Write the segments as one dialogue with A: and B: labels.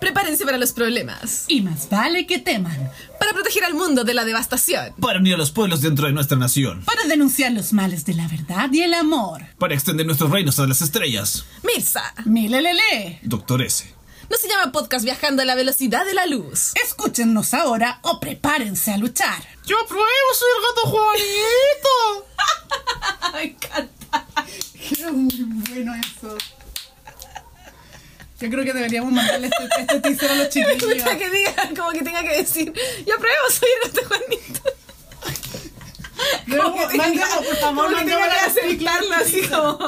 A: Prepárense para los problemas.
B: Y más vale que teman.
A: Para proteger al mundo de la devastación.
C: Para unir a los pueblos dentro de nuestra nación.
B: Para denunciar los males de la verdad y el amor.
C: Para extender nuestros reinos a las estrellas.
A: Mirza.
B: Milelele.
C: Doctor S.
A: No se llama podcast viajando a la velocidad de la luz.
B: Escúchennos ahora o prepárense a luchar.
D: Yo apruebo, soy el gato Juanito.
B: Me encanta.
D: Era muy bueno eso. Yo creo que deberíamos mandarle este, este teaser a los
A: Me
D: chiquillos.
A: gusta que diga, como que tenga que decir, yo apruebo, soy el gato Juanito.
D: Debemos-
A: Como que
D: mandemos, por favor,
A: como que tenga
D: mandemos
A: que
D: la-
A: acercarlo así como,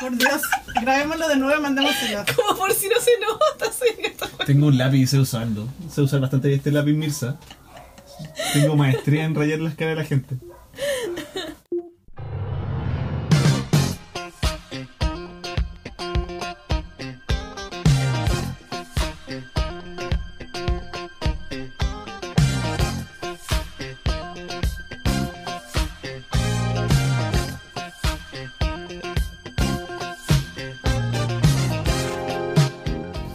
D: Por Dios, grabémoslo de nuevo y mandémoselo.
A: como por si no se nota, soy el gato Juanito.
C: Tengo un lápiz y sé usarlo. Sé usar bastante bien este lápiz Mirza. Tengo maestría en rayar las caras de la gente.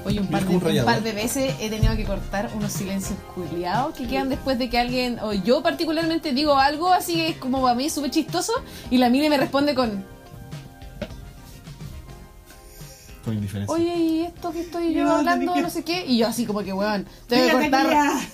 E: Oye, un
C: Mira
E: par, de,
C: cómo
E: un
C: rayado.
E: par de veces he tenido que cortar unos silencios culiados que quedan después de que alguien, o yo particularmente digo algo así que es como para mí súper chistoso, y la mire me responde con,
C: Por indiferencia.
E: oye, y esto que estoy yo
D: No, tenés
E: hablando,
D: que-
E: no sé qué, y yo así como que, weón, tengo que
D: Mira,
E: cortar
D: tenía-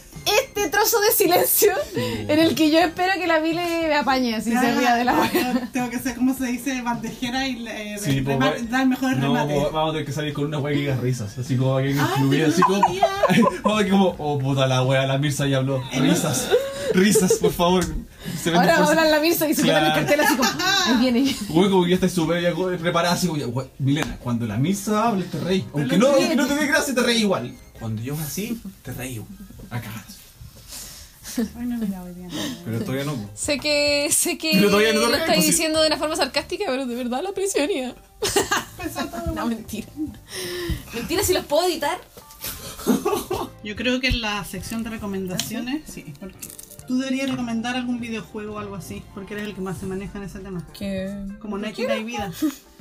E: este trozo de silencio en el que yo espero que la mile me apañe, así se ría de la wea.
D: Yo Tengo que ser, como se dice, bandejera y eh,
C: Sí,
D: remar-
C: pues, va-
D: dar mejores
C: no,
D: remates.
C: pues, vamos a tener que salir con una wea que diga risas. Así como alguien
D: Ah,
C: incluye, así como.
D: tecnología.
C: vamos a que como, oh puta la wea, la Mirza ya habló. Risas, risas, por favor. Se vende
E: Ahora va a
C: por-
E: hablar la Mirza y se queda en el
C: Claro.
E: cartel así como, ahí viene.
C: Güey, como que ya estás súper ya como preparada, así como, ya, güey, Milena, cuando la misa hable, te reí. Aunque no, aunque no te dé gracia, te reí igual. Cuando yo hago así, te reí. Acá. pues,
D: Ay, no, mira, hoy día no.
C: Pero todavía no.
E: Sé que, sé que
C: Pero todavía no te
E: lo
C: reí,
E: estáis
C: pues, sí.
E: diciendo de una forma sarcástica, pero de verdad la prisionía. no, mentira. Mentira, si los puedo editar.
D: Yo creo que en la sección de
E: ¿Ah,
D: recomendaciones, sí, porque tú deberías recomendar algún videojuego o algo así, porque eres el que más se maneja en ese tema. Como no hay vida y vida.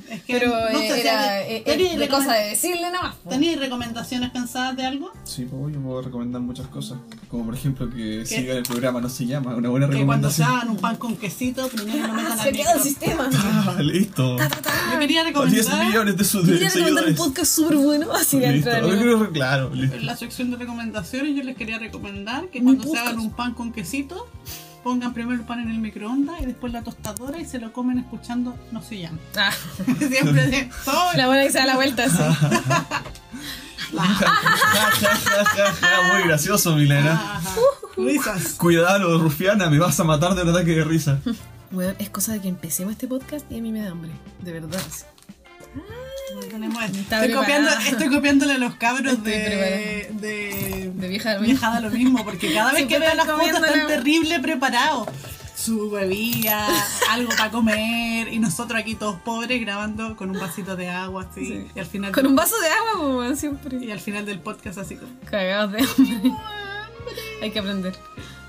D: Es que
E: Pero
D: no sé,
E: eh, era
D: si hay-
E: eh,
D: ¿tenéis
E: eh, de
D: recomen-
E: cosa de decirle nada más. po.
D: ¿Tenéis recomendaciones pensadas de algo?
C: Sí, pues yo puedo recomendar muchas cosas. Como por ejemplo que sigan el programa No se llama, una buena
D: Que cuando se
C: recomendación.
D: hagan un pan con quesito, primero lo metan
A: Se
D: al
A: queda el
D: micro.
A: sistema.
C: Ah, listo.
D: Yo quería
C: 10
D: recomendar
C: millones de sus
A: Quería recomendar un
C: seguidores.
A: podcast súper bueno así
C: Listo.
A: dentro de
C: Yo
A: mí.
C: creo- Claro, listo.
D: En la sección de recomendaciones yo les quería recomendar que
A: Mi
D: cuando se
A: podcast.
D: hagan un pan con quesito, pongan primero el pan en el microondas y después la tostadora y se lo comen escuchando no se llama.
A: Ah,
D: Siempre de todo.
A: la buena que se da la vuelta así.
D: Ah,
C: Muy gracioso, Milena. Uh,
D: Ajá. Ah, Risas.
C: Cuidado, rufiana, me vas a matar de un ataque de risa.
A: Bueno, es cosa de que empecemos este podcast y a mí me da hambre. De verdad. sí.
D: Tenemos-
A: Está
D: Estoy,
A: preparada.
D: copiando, estoy copiándole a los cabros
A: Estoy
D: de,
A: preparada.
D: de,
A: De vieja de lo mismo.
D: viejada lo mismo, porque cada vez
A: Siempre
D: que veo las
A: están
D: fotos están
A: comiéndole-
D: terrible preparados. Su bebida, algo para comer, y nosotros aquí todos pobres grabando con un vasito de agua así. Y al final
A: Ah, Con un vaso de agua, pues, weón, siempre.
D: Y al final del podcast así como...
A: Cagados de hambre. Hay que aprender.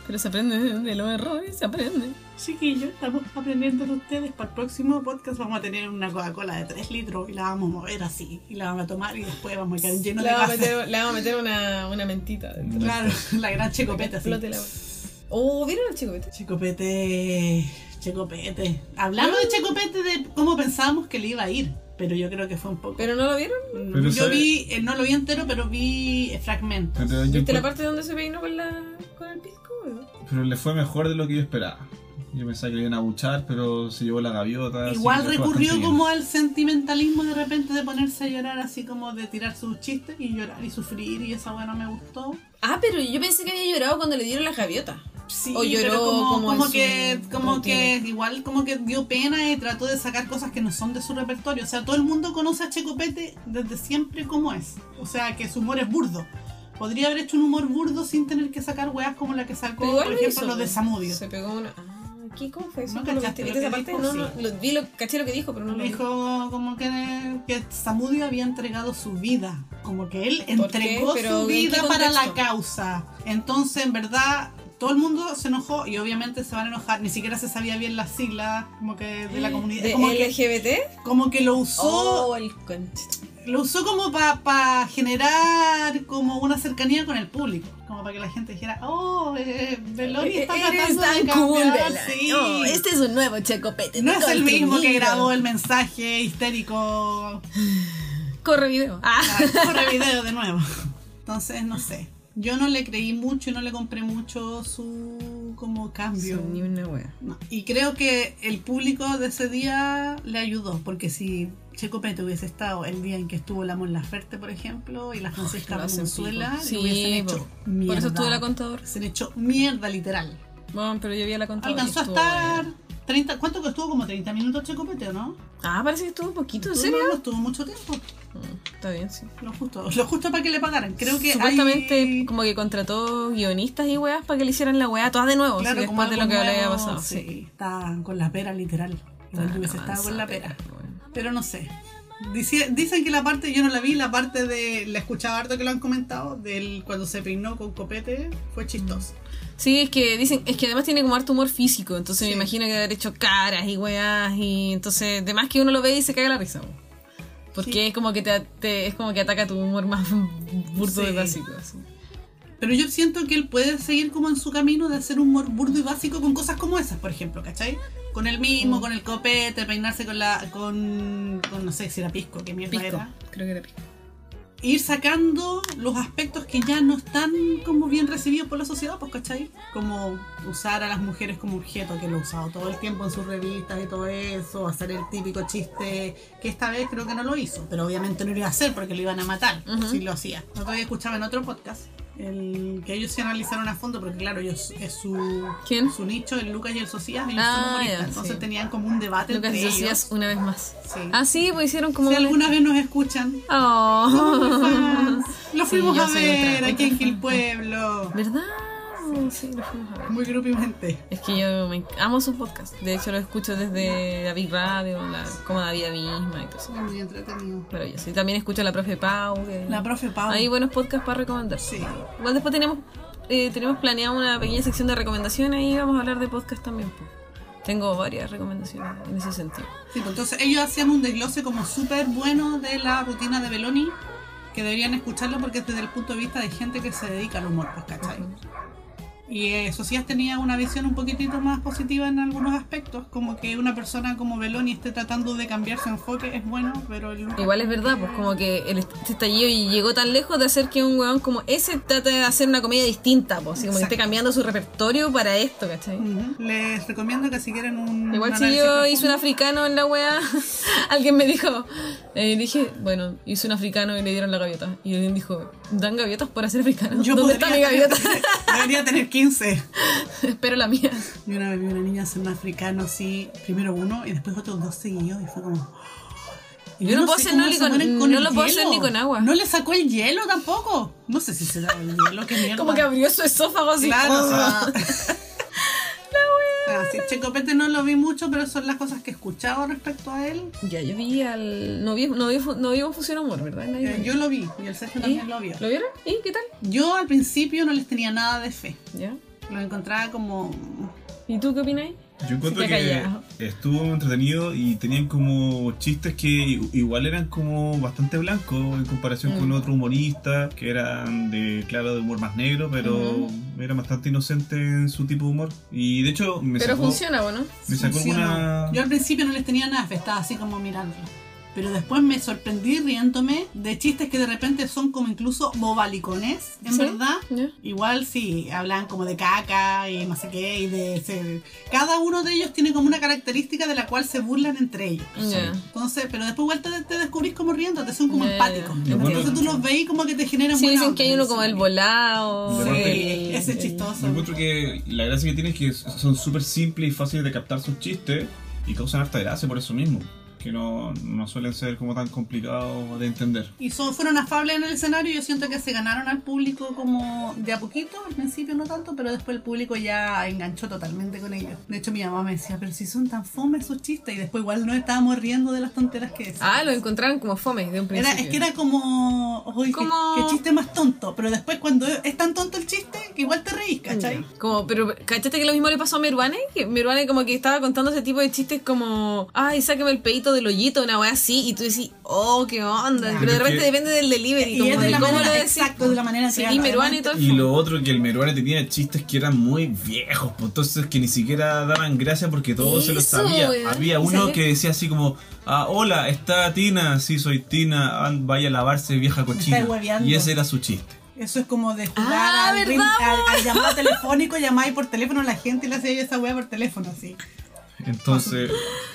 A: Pero se aprende de los errores, se aprende.
D: Chiquillos, estamos aprendiendo de ustedes. Para el próximo podcast vamos a tener una Coca-Cola de 3 litros y la vamos a mover así. Y la vamos a tomar y después vamos a quedar llenos de
A: Le vamos a
D: gases.
A: meter, le vamos a meter una, una mentita dentro.
D: Claro, la gran checopete así.
A: Explote la Oh, ¿vieron el chico? este?
D: Checopete, checopete. Hablamos
C: Ah.
D: de checopete, de cómo pensábamos que le iba a ir. Pero yo creo que fue un poco...
A: ¿Pero no lo vieron?
C: Pero
D: yo
C: sabe-
D: vi, eh, no lo vi entero, pero vi eh, fragmentos.
C: Pero yo
A: ¿Viste
C: encuentro-
A: la parte donde se peinó con, la, con el pisco? weón?
C: Pero le fue mejor de lo que yo esperaba. Yo pensaba que le iban a buchar, pero se llevó la gaviota. así
D: Igual
C: que le fue
D: recurrió
C: Ah, bastante
D: como al sentimentalismo de repente de ponerse a llorar, así como de tirar sus chistes y llorar y sufrir y esa weá no me gustó.
A: Ah, pero yo pensé que había llorado cuando le dieron la gaviota.
D: Sí,
A: O lloró
D: pero como,
A: como en
D: como
A: su
D: que, como
A: rutina.
D: que igual como que dio pena y trató de sacar cosas que no son de su repertorio. O sea, todo el mundo conoce a Checopete desde siempre como es. O sea, que su humor es burdo. Podría haber hecho un humor burdo sin tener que sacar weas como la que sacó,
A: Pero
D: por
A: igual lo
D: ejemplo,
A: hizo, pues.
D: lo de
A: weón.
D: Samudio.
A: Se pegó una. Ah, ¿qué? ¿Cómo fue eso?
D: ¿No
A: ¿Cómo lo
D: cachaste
A: viste?
D: lo
A: ¿Viste
D: que
A: esa parte?
D: dijo?
A: No, no,
D: Sí.
A: lo, vi lo, caché lo que dijo, pero no lo vi.
D: Dijo como que, que Samudio había entregado su vida, como que él
A: ¿Por qué?
D: entregó
A: ¿Pero
D: su
A: en qué
D: vida para la
A: contexto?
D: causa. Entonces, en verdad, todo el mundo se enojó y obviamente se van a enojar. Ni siquiera se sabía bien las siglas como que de la comunidad.
A: ¿De Oh.
D: Como que,
A: LGBT?
D: como que lo usó
A: Oh, el conchito.
D: Lo usó como para generar como una cercanía con el público. Como para que la gente dijera, oh, eh, Beloni está
A: Eres
D: tratando
A: tan
D: de
A: cool,
D: cambiar.
A: Bella.
D: sí.
A: No, este es un nuevo checopete.
D: No
A: de
D: es el mismo que
A: contenido.
D: grabó el mensaje histérico
A: Corre video. Ah.
D: corre video de nuevo. Entonces, no sé. Yo no le creí mucho y no le compré mucho su como cambio.
A: Ni una wea.
D: No. Y creo que el público de ese día le ayudó, porque si Checo Pete hubiese estado el día en que estuvo la Mon Laferte, por ejemplo, y la Francisca
A: lo hacen
D: Valenzuela,
A: pico.
D: le
A: Sí,
D: hubiesen
A: po.
D: hecho mierda.
A: Por eso estuvo la contadora.
D: Se le echó mierda literal.
A: Bueno, pero yo vi a la contadora.
D: Alcanzó
A: y
D: a
A: estuvo
D: estar
A: buena.
D: 30, ¿cuánto que estuvo? Como 30 minutos Checo Pete, ¿o ¿no?
A: Ah, parece que estuvo un poquito, ¿en
D: No,
A: serio?
D: No, no estuvo mucho tiempo.
A: Mm, Está bien, sí.
D: Lo justo, lo justo para que le pagaran. Creo que
A: Supuestamente
D: hay-
A: como que contrató guionistas y weas para que le hicieran la wea todas de nuevo, así,
D: como
A: después de lo
D: algo
A: que le había
D: nuevo,
A: pasado.
D: Sí, estaban con la pera literal. Igual que hubiese estado con la pera. Pero no sé. Dice- dicen que la parte, yo no la vi, la parte de, la escuchaba harto que lo han comentado, del cuando se peinó con copete, fue chistoso.
A: Sí, es que dicen, es que además tiene como harto humor físico, entonces me
D: Sí.
A: imagino que debe haber hecho caras y weas y entonces además que uno lo ve y se caga la risa. weón. Porque
D: Sí.
A: es como que te, te- es como que ataca tu humor más burdo
D: Sí.
A: y básico. así.
D: Pero yo siento que él puede seguir como en su camino de hacer humor burdo y básico con cosas como esas, por ejemplo, ¿cachai? Con el
A: Mm.
D: mismo, con el copete, peinarse con la, con, con no sé si era pisco, qué mierda
A: Pisco,
D: era.
A: creo que era pisco.
D: ir sacando los aspectos que ya no están como bien recibidos por la sociedad, pues cachai, como usar a las mujeres como objeto, que lo he usado todo el tiempo en sus revistas y todo eso, hacer el típico chiste, que esta vez creo que no lo hizo, pero obviamente no lo iba a hacer porque lo iban a matar
A: Ujú.
D: si lo hacía. No todavía escuchaba en otro podcast. El, que ellos se analizaron a fondo porque claro ellos es su
A: ¿Quién?
D: su nicho el Lucas y el Socias ellos
A: Ah,
D: son humoristas
A: ya,
D: entonces
A: sí.
D: tenían como un debate
A: Lucas
D: entre
A: Socias
D: ellos
A: una vez más.
D: Sí.
A: Ah, sí, pues hicieron como
D: si
A: una-
D: alguna vez nos escuchan
A: Oh.
D: somos muy fans. Lo
A: Sí,
D: fuimos
A: yo
D: a
A: soy
D: ver
A: otra-
D: aquí
A: otra
D: en
A: fan.
D: Quilpueblo.
A: ¿Verdad? Sí, lo fuimos a ver.
D: Muy grupimente.
A: Es que yo me enc- amo sus podcasts. De hecho, los escucho desde la Big Radio, la Cómoda Vida misma y todo eso.
D: Muy entretenido.
A: Maravilloso. Y también escucho a la profe Pau. que-
D: La profe Pau.
A: Hay buenos podcasts para recomendar.
D: Sí.
A: Igual después tenemos, eh, tenemos planeada una pequeña sección de recomendaciones y vamos a hablar de podcast también. po. Tengo varias recomendaciones en ese sentido.
D: Sí, pues entonces ellos hacían un desglose como súper bueno de la rutina de Beloni, que deberían escucharlo porque es desde el punto de vista de gente que se dedica al humor, pues, ¿cachai? Y eh, Socias tenía una visión un poquitito más positiva en algunos aspectos, como que una persona como Beloni esté tratando de cambiar su enfoque es bueno, pero el Lucas-
A: Igual es verdad, pues como que el est- este estallido y llegó tan lejos de hacer que un weón como ese trate de hacer una comedia distinta, pues así como que esté
D: Exacto.
A: cambiando su repertorio para esto, ¿cachai?
D: Ujú. Les recomiendo que si quieren un.
A: Igual
D: un
A: si
D: análisis
A: yo
D: profundo-
A: hice un africano en la wea, alguien me dijo, eh, dije, bueno, hice un africano y le dieron la gaviota. Y alguien dijo, dan gaviotas por hacer africano.
D: Yo
A: ¿Dónde está mi
D: podría
A: gaviota?
D: tener- debería tener 15.
A: Espero la mía.
D: Yo una vez vi una niña hacer un africano así, primero uno y después otros dos seguidos y fue como. y
A: Yo no puedo hacer
D: cómo
A: nada
D: se
A: con-
D: mueren
A: no
D: el
A: lo puedo hacer
D: hielo.
A: ni con agua.
D: No le sacó el hielo tampoco. No sé si se da el hielo, qué mierda.
A: Como que abrió su esófago así.
D: Claro, o
A: "Oh".
D: sea. Ah, sí, Checopete no lo vi mucho, pero son las cosas que he escuchado respecto a él.
A: Ya, yo vi al... No vi, no vi, no vimos Fusión Amor, ¿verdad? Nadie
D: Eh,
A: lo vio.
D: Yo lo vi y el Sergio
A: ¿Y?
D: también lo vio.
A: ¿Lo vieron? ¿Y qué tal?
D: Yo al principio no les tenía nada de fe.
A: Ya.
D: Lo encontraba como.
A: ¿Y tú qué opinas?
C: Yo encuentro
A: Se te
C: que
A: calla.
C: estuvo entretenido y tenían como chistes que i- igual eran como bastante blancos en comparación con
A: Mm.
C: otros humoristas que eran de, claro, de humor más negro, pero
A: Ujú.
C: era bastante inocente en su tipo de humor. Y de hecho me
A: Pero
C: sacó,
A: funciona, bueno.
C: me sacó
D: Funcionó.
C: alguna...
D: Yo al principio no les tenía nada, de fe, estaba así como mirándolo. Pero después me sorprendí riéndome de chistes que de repente son como incluso bobalicones, en
A: ¿Sí?
D: verdad.
A: Ya.
D: Igual sí, hablan como de caca y no sé qué, y de... se- cada uno de ellos tiene como una característica de la cual se burlan entre ellos.
A: Ya.
D: Entonces, pero después igual te, te descubrís como riéndote, son como
A: Ya,
D: empáticos.
C: ya. Y bueno-
D: Entonces tú los veis como que te generan
A: Eh, Sí,
D: buena
A: dicen
D: onda.
A: que hay uno como el volado.
C: Sí,
A: el-
D: ese
A: el-
D: es chistoso.
C: Yo encuentro que la gracia que tiene es que son súper simples y fáciles de captar sus chistes y causan harta gracia por eso mismo. Que no, no suelen ser como tan complicados de entender.
D: Y son, fueron afables en el escenario. Yo siento que se ganaron al público como de a poquito, al principio no tanto, pero después el público ya enganchó totalmente con ellos. De hecho, mi mamá me decía, pero si son tan fomes sus chistes, y después igual nos estábamos riendo de las tonteras que decían.
A: Ah, lo encontraron como fome de un
D: Era,
A: principio.
D: es que era como, uy, qué-
A: Como-
D: Qué, chiste más tonto, pero después cuando es tan tonto el chiste que igual te reís, ¿cachai?
A: Como, pero, ¿cachaste que lo mismo le pasó a Meruane? Que Meruane como que estaba contando ese tipo de chistes como, ay, sáqueme el pedito del hoyito, una weá así, y tú decís, oh, qué onda.
C: Ya,
A: Pero de
C: pero
A: repente
C: que-
A: depende del delivery.
D: Y
A: como
D: es de
A: de
D: la
A: cómo
D: manera-
A: lo decís.
D: exacto, de la manera
A: Sí,
D: que
A: y
D: habla,
A: Meruane y todo el
C: Y
A: fondo.
C: lo otro que el Meruane tenía chistes que eran muy viejos, pues entonces que ni siquiera daban gracia porque todos se lo
A: Eso,
C: sabía.
A: weón.
C: Había
A: Y
C: uno
A: sale-
C: que decía así como, ah, hola, está Tina, sí soy Tina, and- vaya a lavarse vieja cochina.
D: Está hueveando.
C: Y ese era su chiste.
D: Eso es como de jugar
A: Ah,
D: al, ring-
A: ¿verdad,
D: al- al llamado telefónico, llamáis por teléfono a la gente y le hacía esa wea por teléfono, así.
C: Entonces,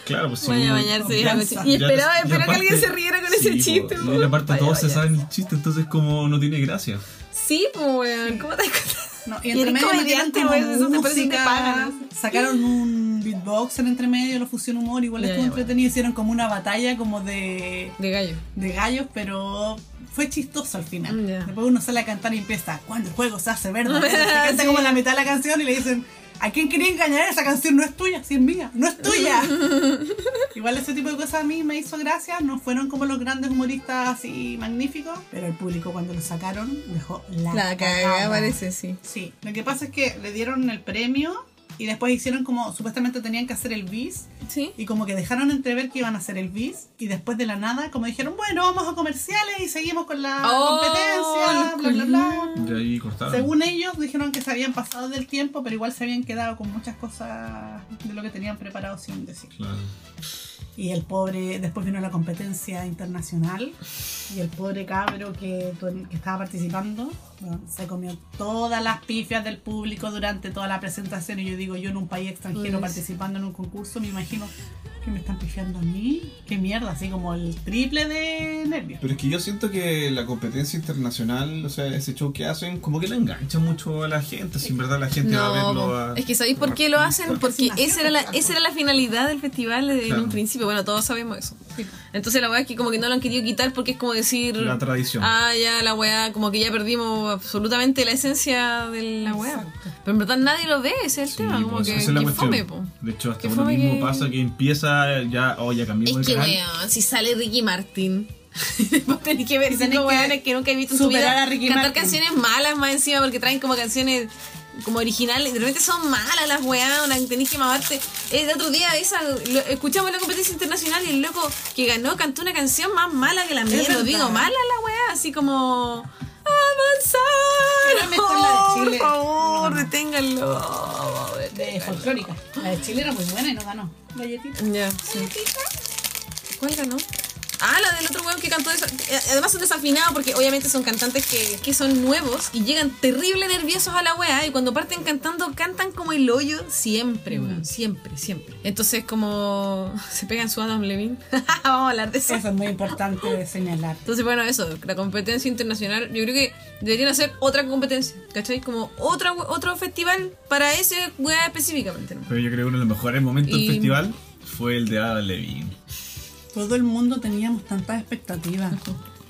C: claro, pues si
A: Vaya a
C: uno-
A: bañarse, vieja
D: confianza.
A: cochina. Y
C: ya-
A: esperaba, esperaba
C: y
A: que
C: aparte-
A: alguien se riera con
C: sí,
A: ese
C: pues,
A: chiste.
C: Y
A: weón.
C: aparte
A: Vaya,
C: todos se
A: vaya.
C: saben el chiste, entonces como no tiene gracia.
A: Sí, pues, weón, ¿cómo te
D: No,
A: Y
D: y entre
A: eres
D: medio metieron
A: comediante,
D: como
A: güey, eso te parece que te
D: música,
A: pagan.
D: sacaron un beatbox en entre medio, lo fusión humor, igual
A: Ya,
D: estuvo
A: ya,
D: entretenido, hicieron como una batalla como de,
A: De gallo.
D: de gallos, pero fue chistoso al final.
A: Mm, ya.
D: Después uno sale a cantar y empieza, cuando el juego se hace verde, se canta como la mitad de la canción y le dicen, ¿a quién quería engañar? Esa canción no es tuya, sí es mía, no es tuya. igual ese tipo de cosas a mí me hizo gracia, no fueron como los grandes humoristas así magníficos, pero el público cuando lo sacaron dejó la,
A: La cagada
D: cagada.
A: parece, sí.
D: Sí, lo que pasa es que le dieron el premio y después hicieron como, supuestamente tenían que hacer el bis
A: Sí.
D: y como que dejaron entrever que iban a hacer el bis y después de la nada como dijeron, bueno, vamos a comerciales y seguimos con la
A: Oh,
D: competencia, bla, bla, bla.
C: Y ahí cortaron.
D: Según ellos dijeron que se habían pasado del tiempo, pero igual se habían quedado con muchas cosas de lo que tenían preparado sin decir.
C: Claro.
D: Y el pobre, después vino la competencia internacional y el pobre cabro que, que estaba participando bueno, se comió todas las pifias del público durante toda la presentación y yo digo, yo en un país extranjero
A: Pues.
D: participando en un concurso, me imagino que me están pifiando a mí. Qué mierda, así como el triple de nervios.
C: Pero es que yo siento que la competencia internacional, o sea, ese show que hacen, como que le engancha mucho a la gente. Si en verdad la gente va a
A: No,
C: verlo
A: po.
C: a.
A: es que ¿sabéis por qué lo hacen? Porque esa era la, esa era la finalidad del festival desde
C: Claro.
A: un principio. Bueno, todos sabemos eso. Entonces la weá es que como que no lo han querido quitar porque es como decir...
C: La tradición.
A: Ah, ya, la weá, como que ya perdimos absolutamente la esencia de la weá. Pero en verdad nadie lo ve, ese es el este
C: Sí,
A: tema. Como
C: pues,
A: que,
C: esa es la
A: que
C: cuestión.
A: fome, po.
C: De hecho, hasta
A: Que
C: uno
A: fome
C: mismo
A: que-
C: pasa que empieza ya, oh, ya cambiamos
A: Es
C: de
A: que
C: canal.
A: weón, si sale Ricky Martin. Vos tenés que ver cinco weones que nunca he visto en tu
D: superar
A: vida
D: a Ricky
A: cantar
D: Martin.
A: canciones malas más encima porque traen como canciones como originales. De repente son malas las weonas, tenés que mamarte. El otro día esa, lo- escuchamos la competencia internacional y el loco que ganó cantó una canción más mala que la mía. Lo
D: verdad.
A: digo, mala la weá, así como... ¡Avanzar!
D: Era mejor la de Chile.
A: Por favor,
D: No.
A: deténganlo.
D: De folclórica. La de Chile era muy buena y no ganó. Galletita.
A: Ya, sí. ¿Cuál ganó? Ah, la del otro weón que cantó esa- eh, Además son desafinados porque obviamente son cantantes que, que son nuevos y llegan terrible nerviosos a la weá y cuando parten cantando cantan como el hoyo siempre, weón. Siempre, siempre. Entonces como se pegan su Adam Levine. Vamos a hablar de eso.
D: Eso es muy importante de señalar.
A: Entonces, bueno, eso, la competencia internacional, yo creo que deberían hacer otra competencia, ¿cachai? Como otra, we- otro festival para ese weá específicamente. ¿no?
C: Pero yo creo que uno de los mejores momentos
A: Y-
C: del festival fue el de Adam Levine.
D: Todo el mundo teníamos tantas expectativas.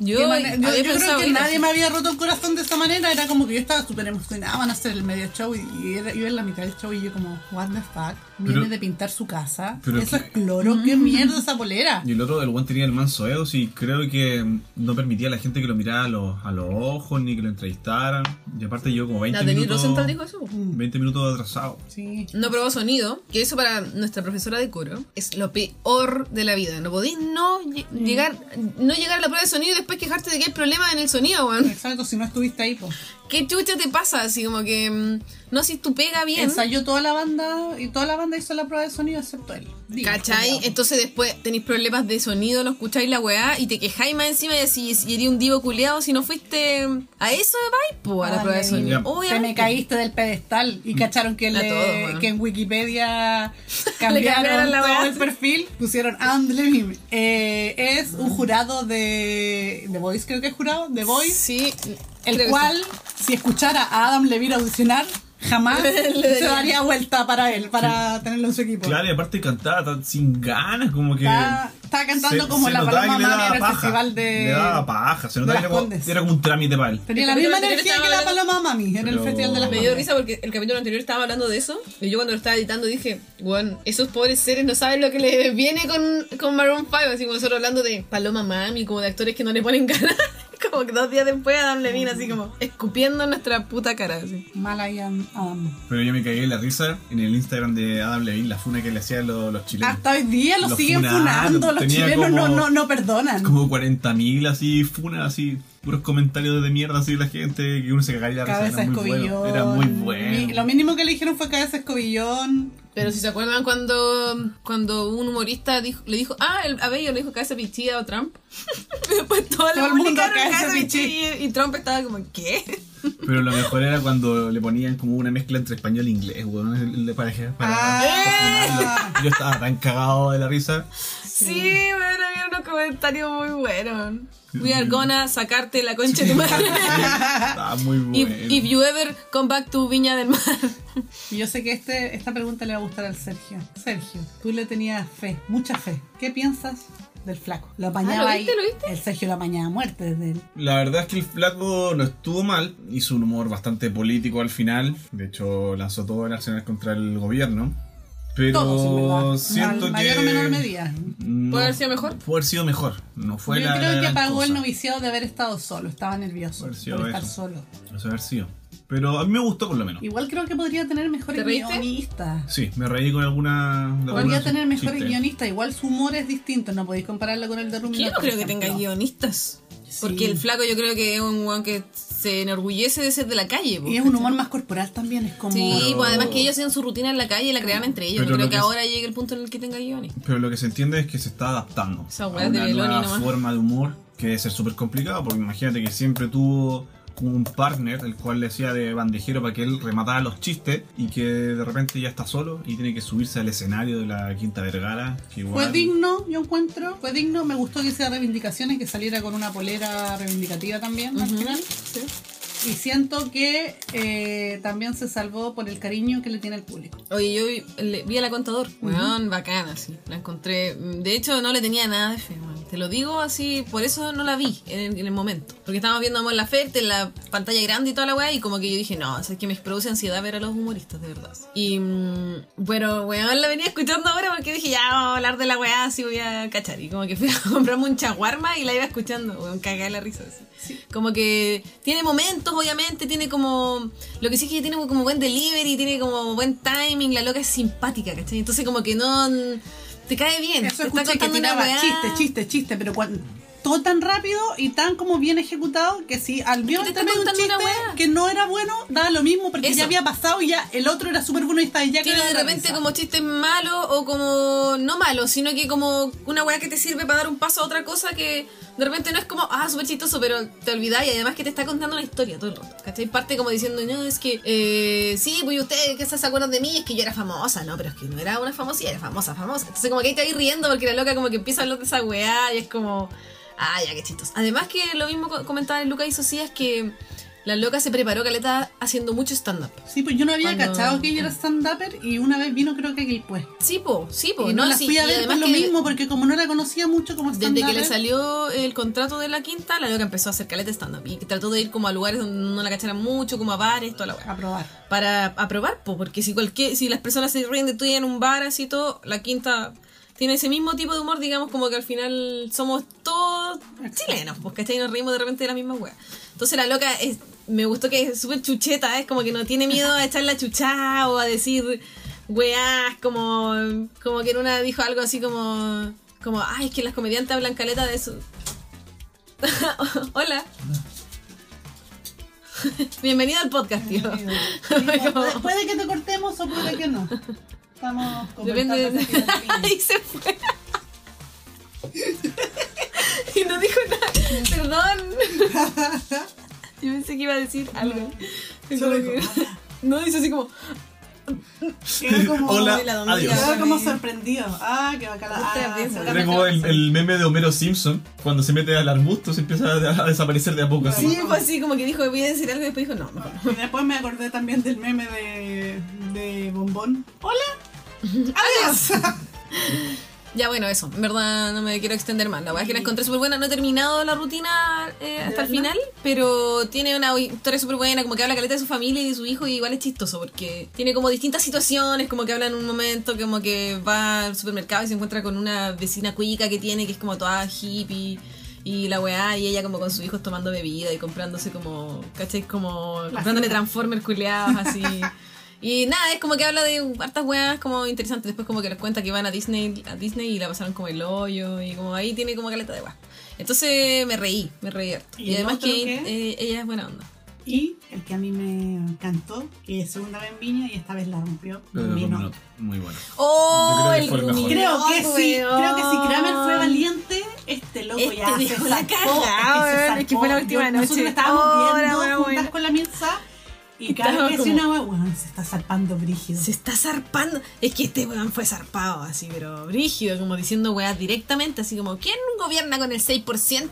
A: Yo,
D: Qué
A: había
D: mane- yo, yo creo
A: pensado
D: que
A: ir,
D: nadie
A: así.
D: me había roto el corazón de esta manera. Era como que yo estaba súper emocionada. Van a hacer el medio show. Y, y era- iba en la mitad del show y yo, como, what the fuck. Viene
C: Pero-
D: de pintar su casa.
C: pero
D: Eso
C: que-
D: es cloro.
A: Mm.
D: ¿Qué mierda esa polera?
C: Y el otro, el one tenía el manso Edos y creo que mm, no permitía a la gente que lo mirara a los, a los ojos ni que lo entrevistaran. Y aparte yo como 20
A: Natalie
C: minutos...
A: Rosenthal dijo eso.
D: pues.
C: 20 minutos atrasado.
D: Sí.
A: No probó sonido, que eso para nuestra profesora de coro es lo peor de la vida. No podéis no lle- llegar no llegar a la prueba de sonido y después quejarte de que hay problemas en el sonido, weón.
D: Exacto, si no estuviste ahí, pues.
A: ¿Qué chucha te pasa? Así como que mm, no si tú pega bien.
D: Ensayó toda la banda y toda la banda hizo la prueba de sonido excepto él. Digo,
A: ¿Cachai?
D: culiao.
A: Entonces después tenéis problemas de sonido, no escucháis la weá y te quejáis más encima y decís, y eres un divo culeado si no fuiste a eso vais, po, a la
D: Ah,
A: prueba de
D: ya,
A: sonido.
C: ya. Mm.
D: Te me
A: Obviamente.
D: caíste del pedestal y cacharon que, le-
A: todo, bueno.
D: que en Wikipedia cambiaron
A: cambiaron la
D: todo
A: weá.
D: el perfil. Pusieron Adam Levine. Eh, es un jurado de The Voice, creo que es jurado, The Voice.
A: Sí, creo
D: El
A: que
D: cual, si escuchara a Adam Levine audicionar, jamás se
A: daría.
D: daría vuelta para él, para tenerlo en su equipo.
C: Claro, y aparte cantaba tan sin ganas, como que...
D: Estaba, estaba cantando como la
C: notaba
D: paloma
C: que le
D: Mami en
C: daba
D: el
C: paja.
D: festival de...
C: Le daba paja, se notaba
D: de
C: que
D: las
C: era como,
D: Condes.
C: era como un trámite para él.
D: Tenía la misma
A: Pero-
D: energía que la paloma mami en el
C: Pero-
D: festival de las
A: Me dio
D: Condes.
A: risa porque el capítulo anterior estaba hablando de eso. Y yo cuando lo estaba editando dije, bueno, esos pobres seres no saben lo que les viene con, con Maroon 5. Así como nosotros hablando de Paloma Mami, como de actores que no le ponen ganas. como como que dos días después Adam Levine así como escupiendo en nuestra puta cara. Así.
D: Mala y Adam.
C: Pero yo me caí en la risa en el Instagram de Adam Levine, la funa que le hacían los, los chilenos.
D: Hasta hoy día lo
C: Los
D: siguen
C: funaron,
D: funando, los
C: tenía
D: chilenos no,
C: como-
D: no, no perdonan.
C: Como 40.000 así, funas así, puros comentarios de mierda así de la gente, que uno se cagaría la risa.
D: Cabeza
C: Era muy
D: escobillón.
C: bueno. Era muy bueno.
D: Mi- Lo mínimo que le dijeron fue cabeza escobillón.
A: Pero si se acuerdan cuando, cuando un humorista dijo, le dijo, ah, el Abello le dijo que hace pichilla a Trump. Y Después todo,
D: Todo el mundo
A: que
D: "Cállese,
A: hace pichilla y, y Trump estaba como, ¿qué?
C: Pero lo mejor era cuando le ponían como una mezcla entre español e inglés, weón. el- el- Para, para-
D: Ah.
C: Yo estaba tan cagado de la risa.
A: Sí, bueno, había unos comentarios muy buenos. We are gonna sacarte la concha de tu madre.
C: Estaba muy
A: if,
C: bueno.
A: if you ever come back to Viña del Mar.
D: Y yo sé que este, esta pregunta le va a gustar al Sergio. Sergio, tú le tenías fe, mucha fe. ¿Qué piensas del flaco? Lo apañaba
A: Ah, ¿lo viste,
D: ahí.
A: lo viste?
D: El Sergio lo apañaba a muerte desde él.
C: La verdad es que el flaco no estuvo mal, hizo un humor bastante político al final, de hecho lanzó todo el arsenal contra el gobierno, pero
D: Todos, en verdad.
C: siento
D: Al
C: que...
D: mayor o menor medida.
C: no-
A: ¿Puede haber sido mejor?
C: Puede haber sido mejor, no fue
D: yo
C: la
D: creo
C: la
D: que
C: gran
D: apagó el
C: cosa.
D: noviciado de haber estado solo. Estaba nervioso
C: Haber
D: por
C: sido
D: estar
C: eso.
D: solo.
C: Puede haber sido. Pero a mí me gustó por lo menos.
D: Igual creo que podría tener mejores
A: ¿Te reíste?
D: guionistas.
C: Sí, me reí con alguna... de
D: Podría
C: algunos
D: tener mejores
C: chistes.
D: guionistas. Igual su humor es distinto. No podéis compararlo con el de Rumi.
A: Yo no creo que tenga guionistas. Porque el flaco yo creo que es un weón que se enorgullece de ser de la calle. po.
D: Y es un humor más corporal también. Es como.
A: Sí, pues además que ellos hacían su rutina en la calle y la creaban entre ellos. no
C: Pero
A: creo
C: lo
A: que,
C: que-
A: ahora llegue el punto en el que tenga guiones.
C: Pero lo que se entiende es que se está adaptando
A: Esa
C: a
A: weá de
C: una
A: Beloni
C: nueva
A: nomás.
C: forma de humor que debe ser súper complicado, porque imagínate que siempre tuvo como un partner, el cual le hacía de bandejero para que él rematara los chistes y que de repente ya está solo y tiene que subirse al escenario de la Quinta Vergara. Que igual,
D: Fue digno, yo encuentro. Fue digno. Me gustó que sea reivindicaciones, que saliera con una polera reivindicativa también al final.
A: Sí.
D: Y siento que eh, también se salvó por el cariño que le tiene el público.
A: Oye, yo vi, le- vi a la contador. Weón, bacana, sí. La encontré. De hecho, no le tenía nada de fe, weón. Te lo digo así, por eso no la vi en el, en el momento. Porque estábamos viendo Amor Laferte en la pantalla grande y toda la weá, y como que yo dije, no, o sea, es que me produce ansiedad ver a los humoristas, de verdad. Y mm, bueno, weón, la venía escuchando ahora porque dije, ya, vamos a hablar de la weá, así voy a cachar. Y como que fui a comprarme un chaguarma y la iba escuchando, weón, cagada de la risa. así. Como que tiene momentos, obviamente, tiene como. Lo que sí es que tiene como buen delivery, tiene como buen timing, la loca es simpática, ¿cachai? Entonces, como que no. Te cae bien.
D: Eso
A: te está
D: escuché que
A: contando una
D: tiraba
A: weá.
D: chiste, chiste, chiste, pero cuando. Todo tan rápido y tan como bien ejecutado que si al mío
A: te
D: te
A: está
D: medio un
A: contando
D: chiste
A: una weá.
D: que no era bueno, daba lo mismo porque
A: Eso.
D: ya había pasado y ya el otro era súper bueno y estaba ya
A: Tiene
D: cagada
A: de
D: la
A: repente
D: risa.
A: como chistes malos o como. No malos, sino que como una weá que te sirve para dar un paso a otra cosa que de repente no es como. Ah, súper chistoso, pero te olvidás y además que te está contando una historia todo el rato, ¿cachai? Parte como diciendo, no, es que. eh, sí, pues ustedes que se acuerdan de mí, es que yo era famosa, no, pero es que no era una famosa, era famosa, famosa. Entonces, como que ahí te vais riendo porque la loca como que empieza a hablar de esa weá y es como. Ah, ya, qué chistoso. Además que lo mismo co- comentaba el Lucas y Socias que. La loca se preparó caleta haciendo mucho stand-up.
D: Sí, pues yo no había
A: Cuando-
D: cachado que ella era stand-upper y una vez vino creo que aquí pues.
A: Sí, po, sí, po.
D: Y no, la
A: sí,
D: fui a
A: y
D: ver por
A: además
D: lo
A: que-
D: mismo porque como no la conocía mucho como
A: Desde
D: stand-upper.
A: que le salió el contrato de la quinta, la loca empezó a hacer caleta stand-up y trató de ir como a lugares donde no la cacharan mucho, como a bares, toda la weá.
D: A probar.
A: Para aprobar, po, porque si cualquier, si las personas se ríen de tú en un bar así todo, la quinta tiene ese mismo tipo de humor, digamos, como que al final somos todos chilenos, pues, ¿cachai? Nos reímos de repente de la misma weá. Entonces la loca es- me gustó que es súper chucheta, es como que no tiene miedo a echar la chuchá o a decir weás, como, como que en una dijo algo así como, como, ay, es que las comediantes hablan caleta de eso. Hola. Bienvenido al podcast, tío.
D: pues, Puede- Puede que te cortemos o puede que no. Estamos comentando
A: Depende de...
D: esa situación.
A: y se fue. y no dijo nada. Perdón. Yo pensé que iba a decir algo. Es
D: Solo
A: como
D: dijo,
A: que- No, dice así como...
D: Quedó como,
C: Hola,
A: la doña.
C: adiós.
D: quedó como sorprendido. Ah, qué bacala.
A: Otra
D: Ah,
A: vez,
D: se-
C: Era como el, el meme de Homero Simpson, cuando se mete al arbusto se empieza a, a desaparecer de a poco así.
A: Sí, fue así como que dijo, voy a decir algo y después dijo, no, mejor no.
D: Y después me acordé también del meme de, de Bombón. Hola.
A: Ya bueno, eso. En verdad no me quiero extender más. La verdad es que la encontré súper buena. No he terminado la rutina eh, hasta el final, pero tiene una historia súper buena, como que habla caleta de su familia y de su hijo, y igual es chistoso, porque tiene como distintas situaciones, como que habla en un momento, como que va al supermercado y se encuentra con una vecina cuica que tiene, que es como toda hippie. Y la weá, y ella como con sus hijos tomando bebida y comprándose como, ¿cachai? Como comprándole Transformers culeados así. Y nada, es como que habla de hartas weas como interesantes. Después como que les cuenta que van a Disney, a Disney y la pasaron como el hoyo y como ahí tiene como caleta de weas. Entonces me reí, me reí harto.
D: ¿Y
A: Y,
D: el
A: además
D: otro
A: que
D: qué?
A: eh, ella es buena onda.
D: Y el que a mí me encantó, que es segunda vez en Viña y esta vez la rompió.
C: Pero
D: Vino.
C: Eh, no, muy bueno.
A: ¡Oh!
C: Yo creo que
A: el
C: fue el mejor.
D: Creo
A: rumión,
D: que sí,
A: Oh, weón.
D: creo que si Kramer fue valiente, este loco
A: Este
D: ya
A: dejó
D: se
A: la
D: sacó,
A: cagada,
D: es
A: weón, es que
D: que se zarpó.
A: fue la última
D: Yo- Nosotros
A: noche.
D: estábamos
A: Oh, la
D: viendo
A: wea
D: juntas
A: buena.
D: con la Mirza y cada
A: Estábamos
D: vez que decía una wea, weón, se está zarpando brígido.
A: Se está zarpando. Es que este weón fue zarpado, así, pero brígido, como diciendo weá directamente, así como, ¿quién gobierna con el 6%?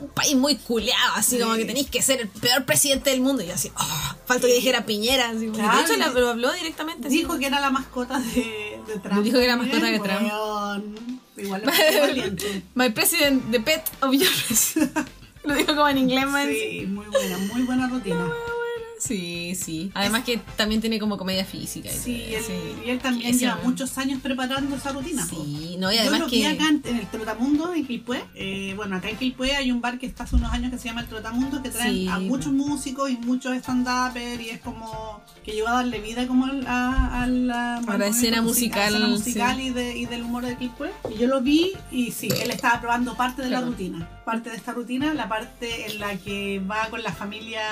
A: Un país muy culeado, así como que tenéis que ser el peor presidente del mundo. Y yo así, oh, falta que dijera Piñera. Así, como- y
D: Claro.
A: de hecho, la- lo habló directamente. así
D: Dijo que era la mascota de, de Trump.
A: Dijo que era mascota de Trump.
D: Weón, Igual le fue valiente.
A: My president, the pet of your president. Lo dijo como en inglés, man.
D: Sí, muy buena, muy buena rutina.
A: Sí, sí. Además que también tiene como comedia física. y
D: Sí,
A: todo,
D: él,
A: sí.
D: y él también
A: Ese
D: lleva
A: weón.
D: muchos años preparando esa rutina. po.
A: Sí, no, y
D: Yo
A: además
D: lo vi
A: que...
D: acá en, en el Trotamundo, en Quilpué. Eh, bueno, acá en Quilpué hay un bar que está hace unos años que se llama el Trotamundo, que traen
A: Sí,
D: a muchos músicos y muchos stand-uppers y es como que lleva a darle vida como al- a, a la,
A: A la escena
D: música- a la
A: musical,
D: escena musical y, de- y del humor de Quilpué. Y yo lo vi y sí, él estaba probando parte de
A: Claro.
D: la rutina. Parte de esta rutina, la parte en la que va con la familia,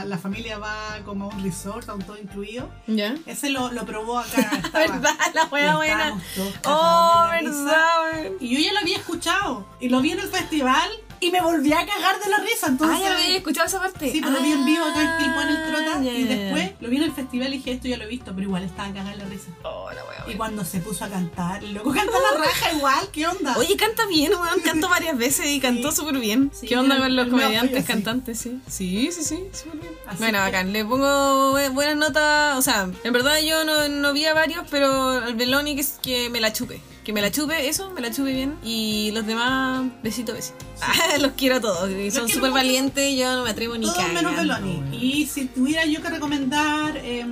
D: a, la familia va como a un resort, a un todo incluido.
A: ¿Ya?
D: Ese lo, lo probó acá. estaba.
A: ¿Verdad? La
D: Y
A: wea buena.
D: estábamos todos
A: Oh,
D: cagados de la risa.
A: verdad, weón.
D: Y yo ya lo había escuchado. Y lo vi en el festival y me volví a cagar de la risa.
A: Ah,
D: Entonces,
A: ya lo había escuchado esa parte. Ah,
D: sí, pero lo vi en vivo acá en Quilpón en el Trota.
A: ya,
D: Y
A: ya, ya.
D: después lo vi en el festival y dije, esto ya lo he visto, pero igual estaba cagada de la risa.
A: Oh, la wea,
D: Y
A: wea.
D: cuando se puso a cantar, el loco canta la raja igual, ¿qué onda?
A: Oye, canta bien, weón. Cantó varias veces y cantó súper bien.
D: Sí,
A: ¿Qué onda
D: el-
A: con los
D: el medio
A: comediantes,
D: apoyo, sí.
A: cantantes? Sí, sí, sí, sí, súper bien.
D: Así
A: bueno,
D: que-
A: bacán. Le pongo bu- buenas notas. O sea, en verdad yo no, no vi a varios, pero el Beloni que, es- que me la chupe. Que me la chupe, eso, me la chupe bien. Y los demás, besito, besito. Ah, los quiero a todos. y Son
D: quiero
A: súper
D: mucho.
A: valientes. Yo no me atrevo ni
D: Todo menos
A: cagando,
D: Beloni.
A: weón.
D: Y si tuviera yo que recomendar, eh,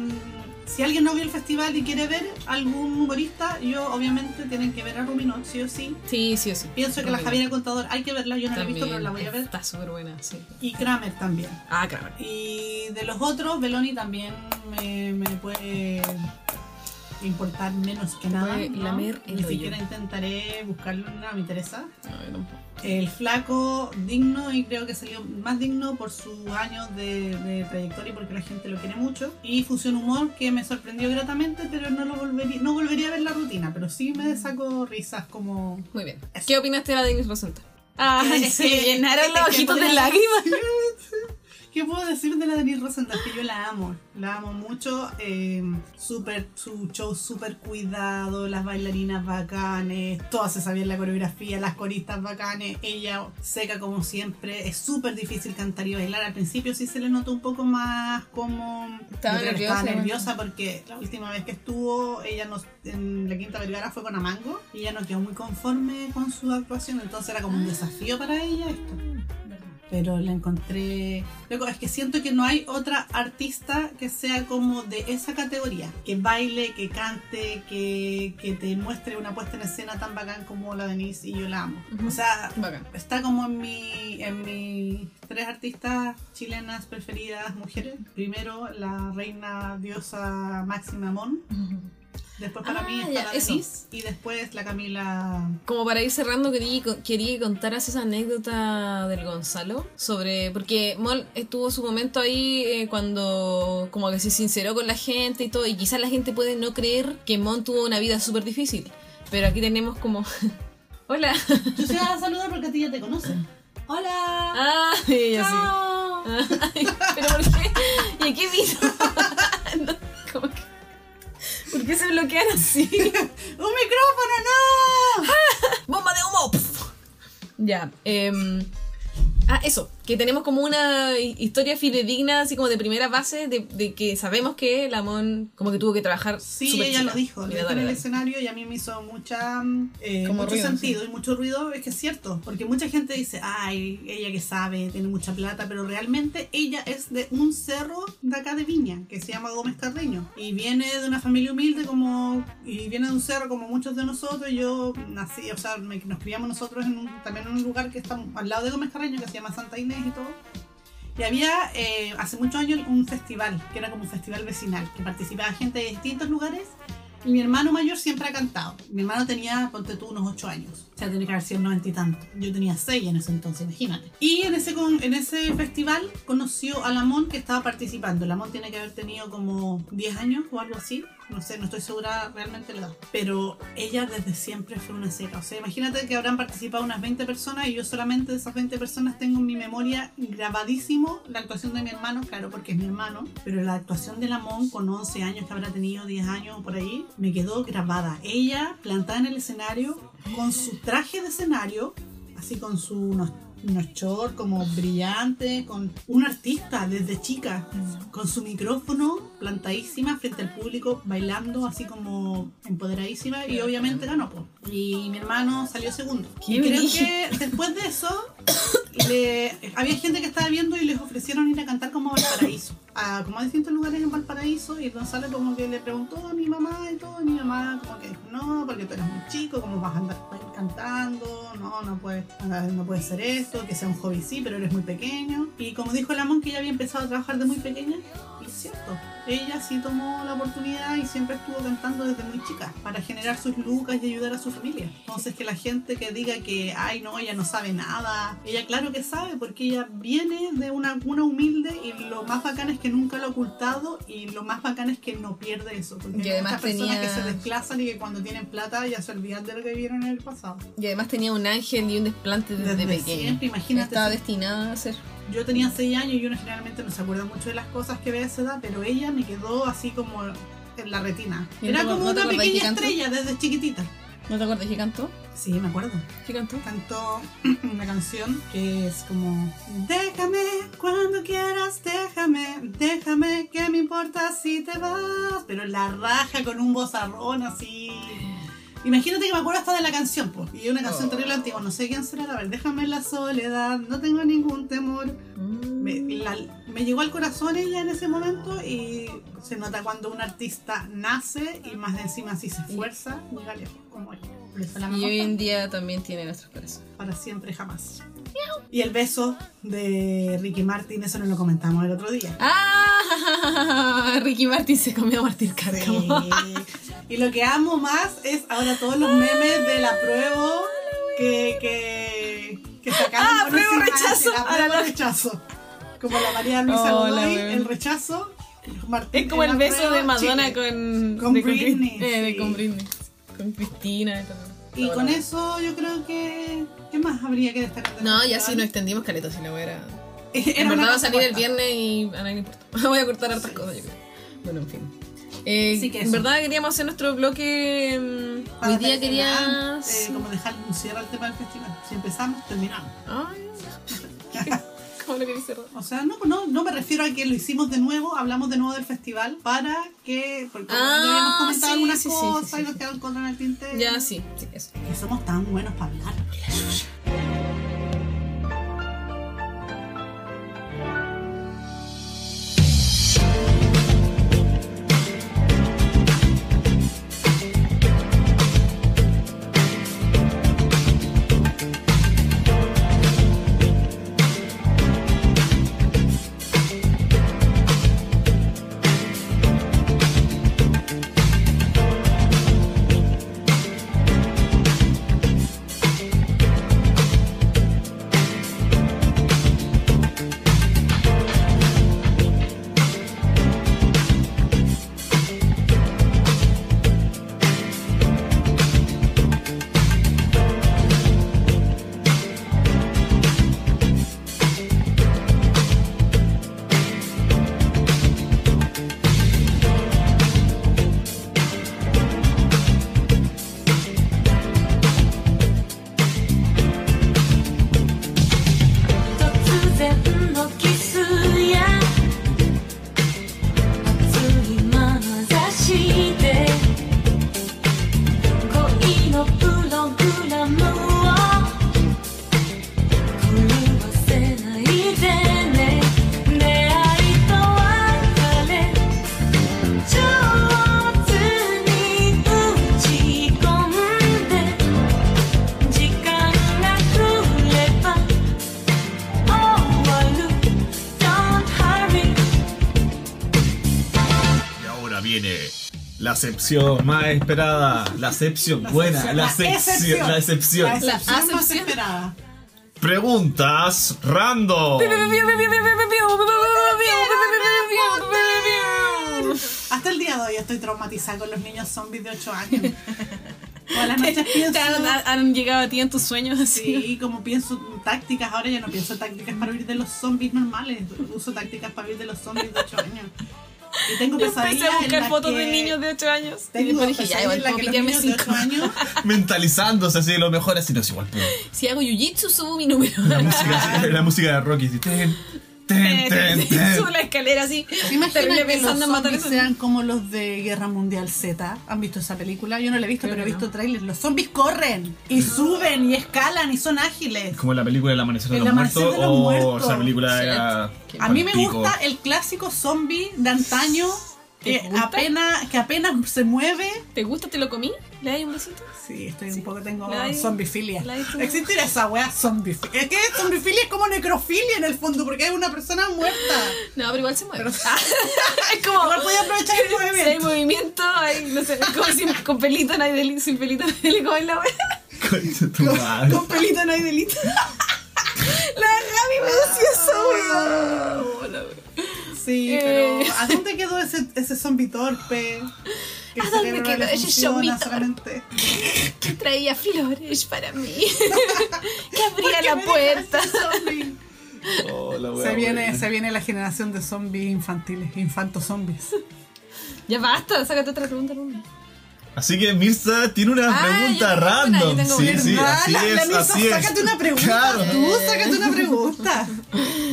D: si alguien no vio el festival y quiere ver algún humorista, yo obviamente tienen que ver a Ruminot, sí o sí.
A: Sí, sí, sí.
D: Pienso que la Javiera Contador hay que verla, yo no la he visto, pero la voy a ver.
A: Está súper buena, sí.
D: Y Kramer también.
A: Ah, claro.
D: Y de los otros, Beloni también me, me puede importar menos que nada.
A: puede
D: ¿no?
A: lamer el
D: Ni
A: hoyo.
D: siquiera intentaré buscarlo, no me interesa.
A: No, yo tampoco.
D: El flaco digno y creo que salió más digno por sus años de, de trayectoria y porque la gente lo quiere mucho. Y Fusión Humor que me sorprendió gratamente, pero no lo volvería, no volvería a ver la rutina, pero sí me saco risas como...
A: Muy bien. ¿Qué opinaste de la Denise Rosenthal? Ah,
D: Es
A: se
D: que-
A: llenaron los
D: es que
A: ojitos de
D: podría-
A: lágrimas.
D: ¿Qué puedo decir de la Denise Rosenthal? Que yo la amo, la amo mucho. eh, súper- su show súper cuidado, las bailarinas bacanes, todas se sabían la coreografía, las coristas bacanes, ella seca como siempre. Es súper difícil cantar y bailar. Al principio sí se le notó un poco más como.
E: Estaba
D: yo creo que
E: nerviosa,
D: Estaba
E: ¿no?
D: nerviosa porque la última vez que estuvo, ella nos, en la Quinta Vergara fue con Amango y ella no quedó muy conforme con su actuación, entonces era como
E: Ah.
D: un desafío para ella esto pero la encontré. Loco, es que siento que no hay otra artista que sea como de esa categoría, que baile, que cante, que, que te muestre una puesta en escena tan bacán como la de Denise y yo la amo.
A: Ujú.
D: O sea,
A: Bacán.
D: está como en mi en mis tres artistas chilenas preferidas mujeres. Primero la reina diosa Máxima Mon. Después para
A: Ah,
D: mí está
A: ya,
D: la
A: eso.
D: Denise y después la Camila
A: Como para ir cerrando, quería, quería que contaras esa anécdota del Gonzalo sobre. Porque Mol estuvo su momento ahí eh, cuando como que se sinceró con la gente y todo. Y quizás la gente puede no creer que Mon tuvo una vida súper difícil. Pero aquí tenemos como. Hola.
D: Yo te voy a saludar porque a ti ya te conocen. Hola.
A: Ah, y ella sí. Ah,
D: Chao.
A: Ay, ¿Pero por qué? ¿Y a qué vino? No, como que- ¿Por qué se bloquean así?
D: ¡Un micrófono, no!
A: ¡Bomba de humo! Pf. Ya. em, ah, eso. que tenemos como una hi- historia fidedigna, así como de primera base, de, de que sabemos que Lamón como que tuvo que trabajar.
D: Sí,
A: súper
D: ella
A: chica.
D: lo dijo, lo
A: Mira,
D: dijo
A: dale,
D: en el
A: dale.
D: escenario y a mí me hizo mucha, mm, eh,
E: Como
D: mucho
E: ruido,
D: sentido y mucho ruido. Es que es cierto, porque mucha gente dice, ay, ella que sabe, tiene mucha plata, pero realmente ella es de un cerro de acá de Viña, que se llama Gómez Carreño. Y viene de una familia humilde como, y viene de un cerro como muchos de nosotros. Yo nací, o sea, me- nos criamos nosotros en un- también en un lugar que está al lado de Gómez Carreño, que se llama Santa Inés y todo. Y había eh, hace muchos años un festival, que era como un festival vecinal, que participaba gente de distintos lugares. Y mi hermano mayor siempre ha cantado. Mi hermano tenía, ponte tú, unos 8 años. O sea, tenía que haber sido 90 y tanto. Yo tenía 6 en ese entonces, imagínate. Y en ese, con- en ese festival conoció a Lamont que estaba participando. Lamont tiene que haber tenido como 10 años o algo así. No sé, no estoy segura realmente la edad. Pero ella desde siempre fue una seca. O sea, imagínate que habrán participado unas 20 personas y yo solamente de esas 20 personas tengo en mi memoria grabadísimo la actuación de mi hermano, claro, porque es mi hermano. Pero la actuación de Lamont con 11 años que habrá tenido, 10 años o por ahí, me quedó grabada. Ella plantada en el escenario con su traje de escenario, así con su unos, unos shorts como brillante, con un artista desde chica,
E: Mm.
D: con su micrófono plantadísima frente al público, bailando así como empoderadísima y obviamente ganó. po. Y mi hermano salió segundo.
E: Qué
D: Y creo
E: brillo.
D: que después de eso le- había gente que estaba viendo y les ofrecieron ir a cantar como a Valparaíso, a, como a distintos lugares en Valparaíso. Y Gonzalo como que le preguntó a mi mamá y todo, y mi mamá como que dijo, no, porque tú eres muy chico, ¿cómo vas a andar cantando? No, no puedes, no puedes hacer esto, que sea un hobby sí, pero eres muy pequeño. Y como dijo Lamón que ella había empezado a trabajar de muy pequeña, y es cierto, ella sí tomó la oportunidad y siempre estuvo cantando desde muy chica para generar sus lucas y ayudar a su familia. Entonces que la gente que diga que, ay no, ella no sabe nada, ella claro que sabe porque ella viene de una cuna humilde y lo más bacán es que nunca lo ha ocultado y lo más bacán es que no pierde eso. Porque
A: Y
D: hay
A: además
D: muchas personas
A: tenía-
D: que se desplazan y que cuando tienen plata ya se olvidan de lo que vieron en el pasado.
A: Y además tenía un ángel y un desplante desde,
D: Desde
A: pequeño.
D: siempre, imagínate,
A: Estaba
D: si-
A: destinada a ser.
D: Yo tenía 6 años y uno generalmente no se acuerda mucho de las cosas que ve a esa edad, pero ella me quedó así como en la retina.
A: ¿Y
D: Era
A: no-
D: como
A: no te
D: una
A: acordás que
D: pequeña
A: cantó?
D: estrella desde chiquitita.
A: ¿No te acuerdas que cantó?
D: Sí, me acuerdo.
A: ¿Qué cantó?
D: Cantó una canción que es como Déjame cuando quieras, déjame, déjame, que me importa si te vas. Pero la raja con un bozarrón así. Imagínate que me acuerdo hasta de la canción, po. Y una
A: Oh.
D: canción terrible antigua, no sé quién será, a ver, déjame en la soledad, no tengo ningún temor. Me, la- me llegó al corazón ella en ese momento y se nota cuando un artista nace y más de encima si se esfuerza, llega lejos como ella. Por eso la
A: Y
D: mamá
A: hoy en día también tiene nuestros corazones.
D: para siempre jamás. Y el beso de Ricky Martin, eso no lo comentamos el otro día.
A: ¡Ah! Ricky Martin se comió a Martín Cárcamo.
D: Y lo que amo más es ahora todos los memes de la prueba que, que, que sacaron.
A: Ah,
D: con esa
A: apruebo,
D: imagen,
A: rechazo. Ah,
D: apruebo, rechazo. Como la María Luisa
A: Hola,
D: Godoy,
A: weón.
D: el rechazo. Martín
A: Es como el
D: en la
A: beso
D: prueba,
A: de Madonna
D: Chile.
A: con,
D: Con
A: de-
D: Britney,
A: Cris- eh, de-
D: sí.
A: con Britney. Con Cristina. y todo.
D: Y con eso yo creo que. ¿Qué más habría que destacar? del
A: No, ya
D: festival?
A: sí nos extendimos caleta si la hubiera.
D: Era
A: En
D: una
A: verdad va a
D: cosa
A: salir el
D: corta.
A: viernes y a nadie le importa. Voy a cortar hartas cosas, yo creo. Bueno, en fin. Eh,
D: Así que
A: en
D: eso.
A: verdad queríamos hacer nuestro bloque. mm,
D: Para
A: Hoy día quería.
D: terminar, eh, como dejar un cierre al tema del festival. Si empezamos, terminamos.
A: Ay, ¿Cómo lo queréis cerrar?
D: O sea, no, no, no me refiero a que lo hicimos de nuevo, hablamos de nuevo del festival para que. Porque como
A: Ah,
D: ya habíamos
A: sí,
D: comentado algunas
A: sí, sí, sí,
D: cosas
A: sí,
D: y nos
A: sí.
D: quedaron cosas en el tintero.
A: Ya, sí, sí, eso.
D: Que somos tan buenos para hablar.
C: viene la sección más esperada, la sección buena, la sección, la
D: La
C: excepción.
D: excepción
A: La
D: más
A: acepción.
D: esperada.
C: Preguntas random.
D: Hasta el día de hoy estoy traumatizada con los niños zombies de 8 años. Todas las noches pienso.
A: Han llegado a ti en tus sueños así.
D: Sí, como pienso en tácticas, ahora ya no pienso en tácticas para huir de los zombies normales, uso tácticas para huir de los zombies de 8 años. Y tengo
A: Yo empecé
D: pesadillas
A: a
D: en las
A: buscar fotos de
D: que-
A: niños de 8 años. Y
D: Tengo
A: después dije, ya,
D: pesadillas
A: igual
D: en las
A: puedo
D: que los
A: pillarme
D: niños de 8
A: cinco.
D: años
C: Mentalizándose así, lo mejor así, no es igual, pero
D: Ah.
A: Si hago jiu-jitsu, subo mi número.
C: La música, así, eh, la música de Rocky, así, ten, ten, ten, ten.
A: Subo la escalera así.
D: ¿Se imaginan
A: Terrible
D: que
A: pensando
D: los
A: en matar
D: zombies
A: a esos
D: sean como los de Guerra Mundial Z? ¿Han visto esa película? Yo no la he visto,
A: Creo
D: pero he
A: que
D: visto trailers. Los zombies corren y suben y escalan y son ágiles.
C: Como la película El Amanecer de
D: El
C: los
D: Amanecer
C: Muertos
D: de los
C: o
D: Muertos.
C: esa película era.
D: A mí me
C: palpico.
D: gusta el clásico zombie de antaño
A: ¿Te
D: que
A: gusta?
D: apenas, que apenas se mueve.
A: ¿Te gusta? ¿Te lo comí? ¿Le dais un besito?
D: Sí, estoy un poco, tengo
A: La hay-
D: zombifilia.
A: la hay tu-
D: Existirá esa wea zombifilia. Es que zombifilia es como necrofilia en el fondo, porque es una persona muerta.
A: No, pero igual se mueve. es como.
D: Igual podía aprovechar el
A: Si hay
D: movimiento.
A: movimiento, hay, no sé, como sin, con pelito no hay delito, sin pelito no hay delito, como en la wea.
C: Concha tu madre.
A: Con pelito no hay delito. la Gaby me decía eso, weón. Hola, weón.
D: Sí,
A: Eh.
D: pero ¿a dónde quedó ese, ese zombie torpe? Que
A: ¿A
D: el
A: dónde
D: cerebro no
A: quedó
D: le
A: ese
D: funciona
A: zombie torpe?
D: solamente?
A: Que traía flores para mí. que
D: ¿Por
A: abría
D: qué me
A: la puerta.
D: dejaste zombie?
C: Oh, la wea
D: Se viene,
C: buena.
D: se viene la generación de zombies infantiles, infantos zombies.
A: Ya basta, sácate otra pregunta, Luna.
C: Así que Mirza tiene una
A: Ah, yo
C: pregunta
A: tengo una, yo
C: random.
A: tengo
C: sí,
A: una.
C: sí,
D: Ah,
C: así
D: la- la
C: es,
D: Misa,
C: así es.
D: Sácate una pregunta,
C: Claro.
D: tú, sácate una pregunta.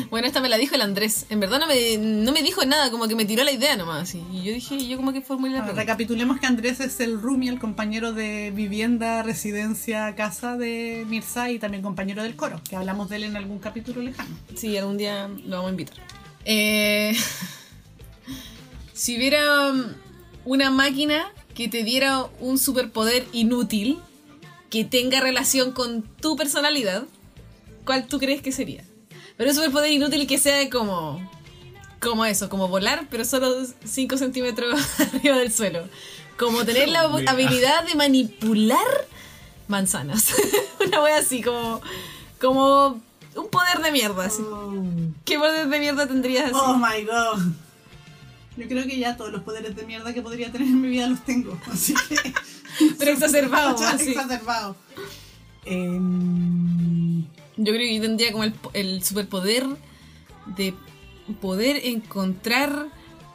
A: Bueno, esta me la dijo el Andrés. En verdad no me, no me dijo nada, como que me tiró la idea nomás. así. Y yo dije, yo como que formulé la
D: Bueno,
A: pregunta.
D: recapitulemos que Andrés es el roomie, el compañero de vivienda, residencia, casa de Mirza y también compañero del coro, que hablamos de él en algún capítulo lejano.
A: Sí, algún día lo vamos a invitar. Eh, si hubiera um, una máquina que te diera un superpoder inútil que tenga relación con tu personalidad, ¿cuál tú crees que sería? Pero un superpoder inútil que sea como... Como eso, como volar, pero solo 5 centímetros arriba del suelo. Como tener la
C: Mira.
A: habilidad de manipular manzanas. Una wea así, como... Como un poder de mierda, así. ¿Qué poder de mierda tendrías así?
D: Oh my god. Yo creo que ya todos los poderes de mierda que podría tener en mi vida los tengo. Así que.
A: Pero exacerbado,
D: Ya,
A: así.
D: exacerbado. Em,
A: Yo creo que yo tendría como el, po- el superpoder de poder encontrar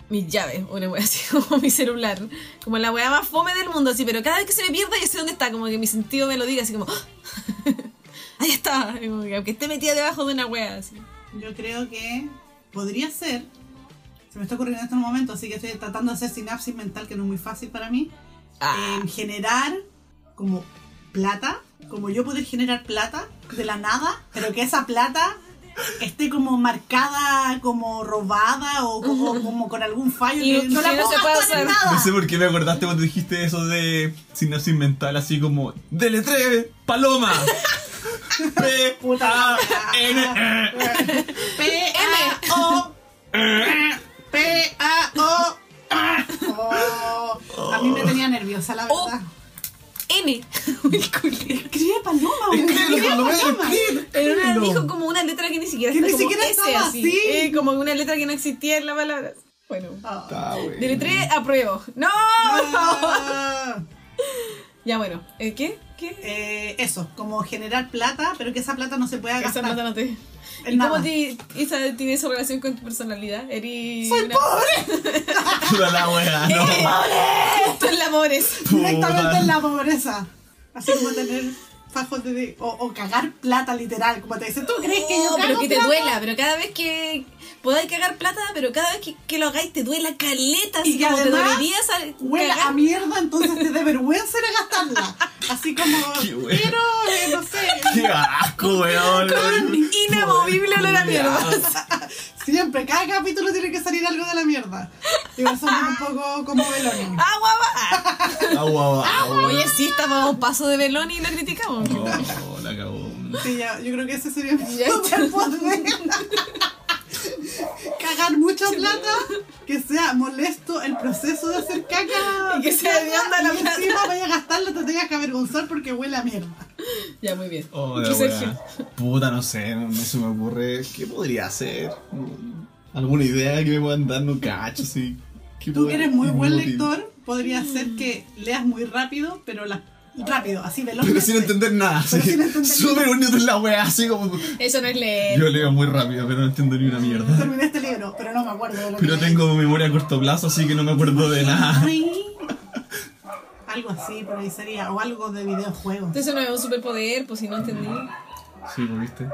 A: mis llaves, o una wea así, como mi celular. Como la wea más fome del mundo, así, pero cada vez que se me pierda yo sé dónde está, como que mi sentido me lo diga, así como... ¡Ah! Ahí está, y como que aunque esté metida debajo de una wea, así.
D: yo creo que podría ser. Se me está ocurriendo en este momento, así que estoy tratando de hacer sinapsis mental, que no es muy fácil para mí.
A: Ah.
D: Em, generar como plata, como yo poder generar plata de la nada, pero que esa plata esté como marcada, como robada o como, como con algún fallo
A: Y
D: que no la
A: que no
D: puedo
A: se pueda
D: gastar en
A: usar.
D: nada.
C: No sé por qué me acordaste cuando dijiste eso de sinapsis mental, así como deletre, paloma. P
D: Puta la
C: A N E.
D: P A O P A O Oh, a mí me tenía nerviosa la
A: Oh.
D: verdad.
A: M. El culiao.
D: Escribe paloma, güey.
C: Escríbelo, por lo menos,
A: Pero una
C: escríbelo.
A: dijo como una letra que ni siquiera
D: Que
A: está
D: ni
A: como
D: siquiera
A: S,
D: estaba así.
A: Eh, como una letra que no existía en la palabra. Bueno.
D: Ah.
C: Ah, güey.
A: Del 3 apruebo. ¡No!
D: Ah.
A: Ya bueno, ¿eh, ¿qué? ¿Qué?
D: Eh, eso, como generar plata, pero que esa plata no se pueda
A: Esa
D: gastar.
A: plata no te.
D: en
A: ¿Y cómo
D: nada.
A: ti- esa- tiene esa relación con tu personalidad? Eri.
D: ¡Soy
A: una-
D: pobre!
C: Puta la wea, no.
A: Eh, Esto es labores.
D: Directamente
C: Puta.
D: en la pobreza. Así como tener fajos de. O, o cagar plata literal, como te dicen. ¿Tú crees que yo
A: No, pero
D: cago
A: que te
D: plata?
A: duela, pero cada vez que. Podáis cagar plata, pero cada vez que, que lo hagáis te duela caleta.
D: Y
A: Así
D: que
A: como te
D: además
A: dolerías al
D: Huele a
A: cagar.
D: mierda, entonces te dé vergüenza ir a gastarla. Así como.
C: Qué bueno.
D: Pero, eh, no sé.
C: Qué asco, weón.
A: Inamovible olor a mierda.
D: Siempre, cada capítulo tiene que salir algo de la mierda. Igual somos un poco como velones.
A: ¡Agua va!
C: Agua, agua.
A: Ah, Oye, sí, estábamos a un paso de velón y lo criticamos.
C: Oh, la cagó.
D: Sí, ya, yo creo que ese sería mi
A: Ya.
D: superpoder. cagar mucha plata, que sea molesto el proceso de hacer caca.
A: Y que sea hedionda la
D: y
A: plata.
D: encima vaya a gastarla, te tengas que avergonzar porque huele a mierda.
A: Ya, muy bien.
C: Oh,
A: ¿Y
C: la
A: tú,
C: wea.
A: Sergio?
C: Puta, no sé, no, no se me ocurre. ¿Qué podría hacer? ¿Alguna idea que me puedan dar? No cacho, sí. ¿Qué
D: Tú que
C: puedo-
D: eres muy buen
C: útil?
D: lector, podría ser que leas muy rápido, pero la, rápido, así veloz.
C: Pero sin entender nada, así
D: Pero sin
C: que
D: entender
C: súper unido en la wea, así como.
A: Eso no es leer.
C: Yo leo muy rápido, pero no entiendo ni una mierda.
D: Terminé este libro, pero no me acuerdo de lo que
C: Pero
D: leí.
C: tengo Ah. memoria a corto plazo, así que no me acuerdo de nada.
D: Ay. Algo así, por ahí sería, o algo de videojuegos.
A: Entonces no es un superpoder, pues si no entendí.
C: Sí, pues viste.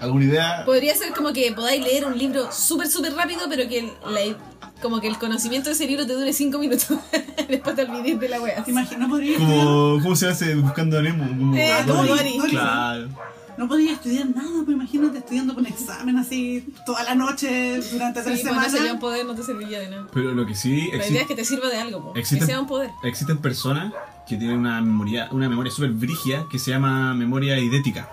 C: ¿Alguna idea?
A: Podría ser como que podáis leer un libro súper, súper rápido, pero que el, la- como que el conocimiento de ese libro te dure 5 minutos. Después te olvides de la wea.
D: ¿Te imaginas? No podría estudiar,
C: Como, ¿Cómo se hace buscando a Nemo? Como,
A: Eh,
C: ah,
A: como
C: Dory.
A: Dory.
D: Dory.
C: Claro.
D: no podría estudiar nada, pues imagínate estudiando con examen así toda la noche durante tres
A: Sí, pues no
D: semanas.
A: sería un poder, no te serviría de nada.
C: Pero lo que sí
A: La
C: exi-
A: idea es que te sirva de algo, po. que
C: existen-
A: sea un poder.
C: existen personas que tienen una memoria, una memoria súper brígida que se llama memoria idética.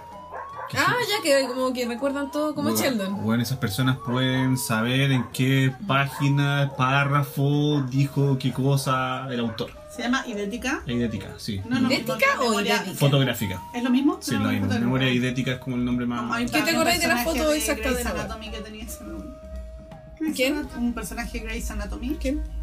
A: Ah, ya que como que recuerdan todo como
C: Bueno,
A: Sheldon.
C: Bueno, esas personas pueden saber en qué página, párrafo dijo qué cosa el autor.
D: Se llama idética.
C: Idética, sí.
D: No, no,
A: ¿Idética
D: no,
A: o
D: memoria-
A: idética?
C: Fotográfica.
D: ¿Es lo mismo?
C: Sí,
D: No,
C: la
D: no, no.
C: memoria idética es como el nombre
D: Hay
C: más.
D: un
A: ¿Qué te acordás de la
D: personaje
A: foto exacta de
D: Grey's
A: la web?
D: Anatomy que tenía ese nombre?
A: ¿Quién?
D: Anat- Un personaje de Grey's Anatomy.
A: ¿Quién?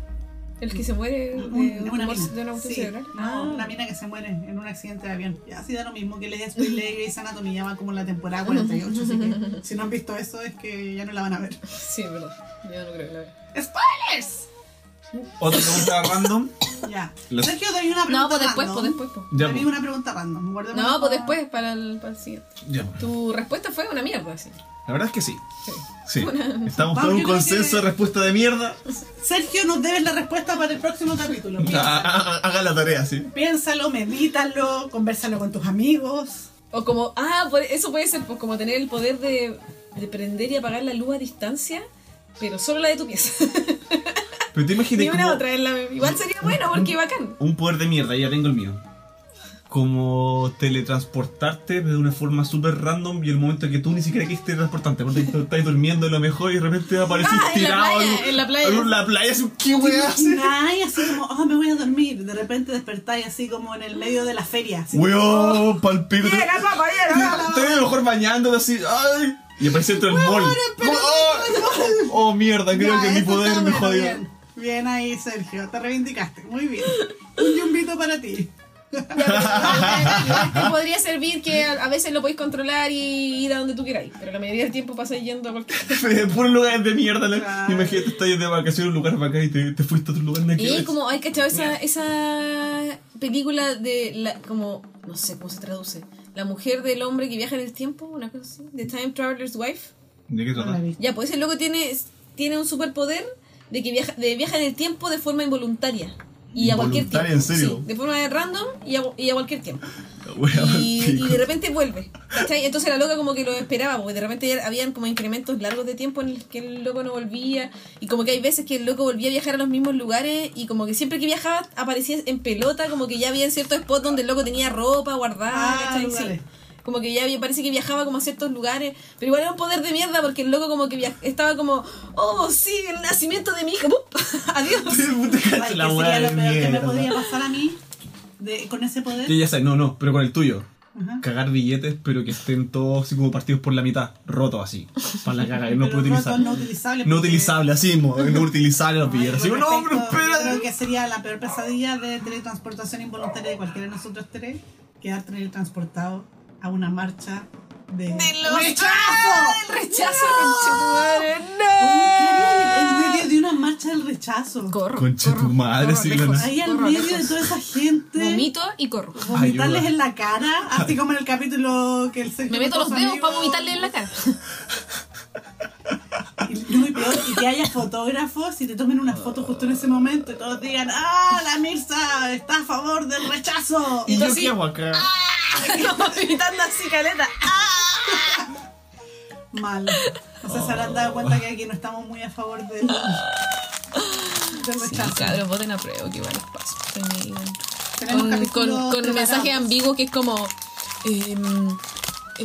A: El que se muere de,
D: Un-
A: un
D: una
A: tumor-
D: mina.
A: de una
D: Sí,
A: autopsia cerebral. Ah.
D: No, una mina que se muere en un accidente de avión. Ya, sí da lo mismo que les spoilé Grey's Anatomy, ya va como la temporada 48, así que si no han visto eso es que ya no la van a ver.
A: Sí, es verdad. Yo no creo que la vea.
D: ¡Spoilers!
C: Otra pregunta random.
D: Ya.
C: Los-
D: Sergio, te doy una pregunta
A: No, pues después,
D: random.
A: pues después. po.
C: Ya,
D: Te doy
C: pues.
D: una pregunta random. guardémosla
A: No, pues
D: para-
A: después, para el, para el siguiente.
C: Ya, pues.
A: Tu respuesta fue una mierda, sí.
C: La verdad es que sí.
A: Sí.
C: Sí. Estamos
D: Vamos,
C: por un
D: yo creo
C: consenso de
D: que-
C: respuesta de mierda.
D: Sergio, nos debes la respuesta para el próximo capítulo.
C: Ah,
D: Piénsalo,
C: ah, ah, Haga la tarea, sí.
D: Piénsalo, medítalo, conversalo con tus amigos.
A: O como, ah, por- eso puede ser pues, como tener el poder de, de prender y apagar la luz a distancia, pero solo la de tu pieza.
C: Pero te imaginas
A: Ni una
C: como
A: otra. en la- igual sería bueno porque bacán.
C: un poder de mierda, ya tengo el mío. Como teletransportarte pero de una forma súper random y el momento que tú ni siquiera quieres teletransportarte, porque tú estás durmiendo a lo mejor y de repente apareces
A: Ah, en la playa,
C: tirado algo-
A: en la playa.
C: algo en la playa, así, ¿qué weá hace?
D: Ay, así como, oh, me voy a dormir. De repente despertáis así como en el medio de la feria. así.
C: Weón, palpito. te-
D: Llega, papá, llega.
C: Estoy a lo mejor bañándote así, ay. Y aparece dentro del mall. Oh, oh, mierda, creo
D: Ya,
C: que mi
D: eso
C: poder
D: está
C: me
D: bueno,
C: jodió.
D: Bien. Bien ahí, Sergio, te reivindicaste. Muy bien. Un yumbito para ti.
A: Igual te podría servir que a, a veces lo podéis controlar y ir a donde tú queráis, pero la mayoría del tiempo pasáis yendo a cualquier.
C: Por lugares de mierda, ¿no?
D: Claro.
C: imagínate, estás de vacaciones en un lugar bacán y te, te fuiste a otro lugar. ¿no?
A: Y como, hay cachado esa, esa película de la, como, no sé cómo se traduce, la mujer del hombre que viaja en el tiempo, una cosa así, The Time Traveler's Wife.
C: ¿De qué trata?
A: Ya, pues ese loco tiene, tiene un superpoder de que viaja, de viaja en el tiempo de forma involuntaria. Y a cualquier tiempo.
C: Involuntaria, ¿en serio?
A: Sí, de forma random y a, y a cualquier tiempo.
C: La wea,
A: Y,
C: pico.
A: y de repente vuelve. ¿cachai? Entonces la loca como que lo esperaba, porque de repente ya habían como incrementos largos de tiempo en el que el loco no volvía. Y como que hay veces que el loco volvía a viajar a los mismos lugares y como que siempre que viajaba aparecía en pelota, como que ya había en ciertos spots donde el loco tenía ropa guardada.
D: Ah,
A: ¿cachai? Sí.
D: lugares.
A: Como que ya vi- parece que viajaba como a ciertos lugares, pero igual era un poder de mierda porque el loco como que via- estaba como, oh, sí, el nacimiento de mi hija, ¡pup! adiós.
C: Puta, cacho,
D: Ay,
C: la
D: que
C: weá
D: sería lo peor
C: de
D: que me
C: mierda.
D: podía pasar a mí de- con ese poder.
C: Sí, ya sé, no, no, pero con el tuyo.
D: Ajá.
C: Cagar billetes, pero que estén todos así como partidos por la mitad, rotos así. Para la caga, que no
D: Pero
C: puedo utilizar.
D: rotos, No utilizable.
C: No
D: porque-
C: utilizable, así mismo, eh, no utilizable los
D: Ay,
C: billetes. Así,
D: con
C: no, pero
D: respecto, yo Creo
C: espera.
D: que sería la peor pesadilla de teletransportación involuntaria de cualquiera de nosotros tres. Quedar teletransportado a una marcha de.
A: ¡Ah, el rechazo! conchetumare,
D: En
A: ¡No!
D: medio de una marcha del rechazo.
A: Corro.
C: Concha
A: corro,
C: tu madre,
A: corro,
C: sí,
A: lejos,
C: Lana.
D: Ahí al
A: corro,
D: medio este. de
A: lejos.
D: toda esa gente.
A: Vomito y corro.
D: Vomitarles
C: Ayuda.
D: en la cara, así como en el capítulo que el Sergio
A: Me meto los
D: contó a su
A: dedos
D: amigo.
A: para vomitarle en la cara.
D: Y, no, y peor, y que haya fotógrafos y te tomen una foto justo en ese momento y todos digan, ¡Ah, la Mirza está a favor del rechazo!
C: Y
A: tú
C: yo
A: así.
C: qué hago acá.
D: Ah,
A: Vomitando así, caleta.
D: Mal. No sé si se habrán dado cuenta que aquí no estamos muy a favor del, del
A: Sí,
D: rechazo.
A: cabros, voten a prueba, que igual les paso. Tenía-
D: Tenemos
A: con,
D: capítulos
A: con, con
D: preparados.
A: mensaje ambiguo que es como em,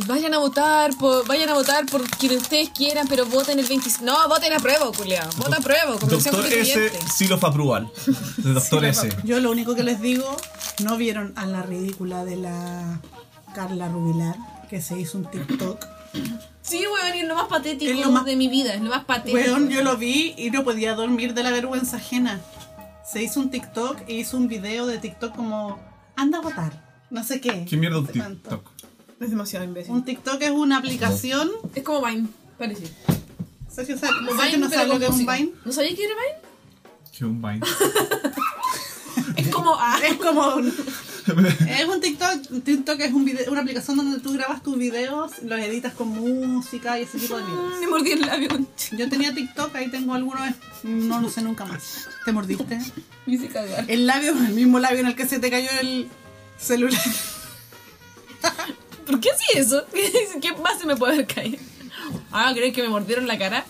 A: Vayan a votar, por, vayan a votar por quien ustedes quieran, pero voten el 25. No, voten a prueba, culiao. Vota a prueba,
D: pues,
A: convención
C: Doctor S,
A: constituyente.
C: Silos Approval. De Doctor S.
D: Yo lo único que les digo, no vieron a la ridícula de la Carla Rubilar, que se hizo un TikTok.
A: Sí, weón, y es lo más patético
D: Es lo más-
A: de mi vida, es lo más patético.
D: Weón, yo lo vi y no podía dormir de la vergüenza ajena. Se hizo un TikTok e hizo un video de TikTok como, anda a votar, no sé qué.
C: ¿Qué mierda un
D: no sé cuánto.
C: TikTok?
F: Es demasiado imbécil.
D: Un TikTok es una aplicación.
A: Es como Vine, parece.
D: Sergio, ¿sabes?
A: Vine,
D: Sergio no
A: pero
D: sabe lo
A: con
D: que es un
A: música.
D: Vine?
A: ¿No sabía que era Vine?
C: Que un Vine.
A: Es como ah,
D: Es como un, es un TikTok. Un TikTok es un video- una aplicación donde tú grabas tus videos, los editas con música y ese tipo de videos.
A: me Ah, mordí el labio con
D: Yo tenía TikTok, ahí tengo algunos, no lo sé nunca más. ¿Te mordiste?
A: me hice cagar.
D: El labio, el mismo labio en el que se te cayó el celular.
A: ¿Por qué así eso? ¿Qué más se me puede haber caído? Ah, ¿crees que me mordieron la cara?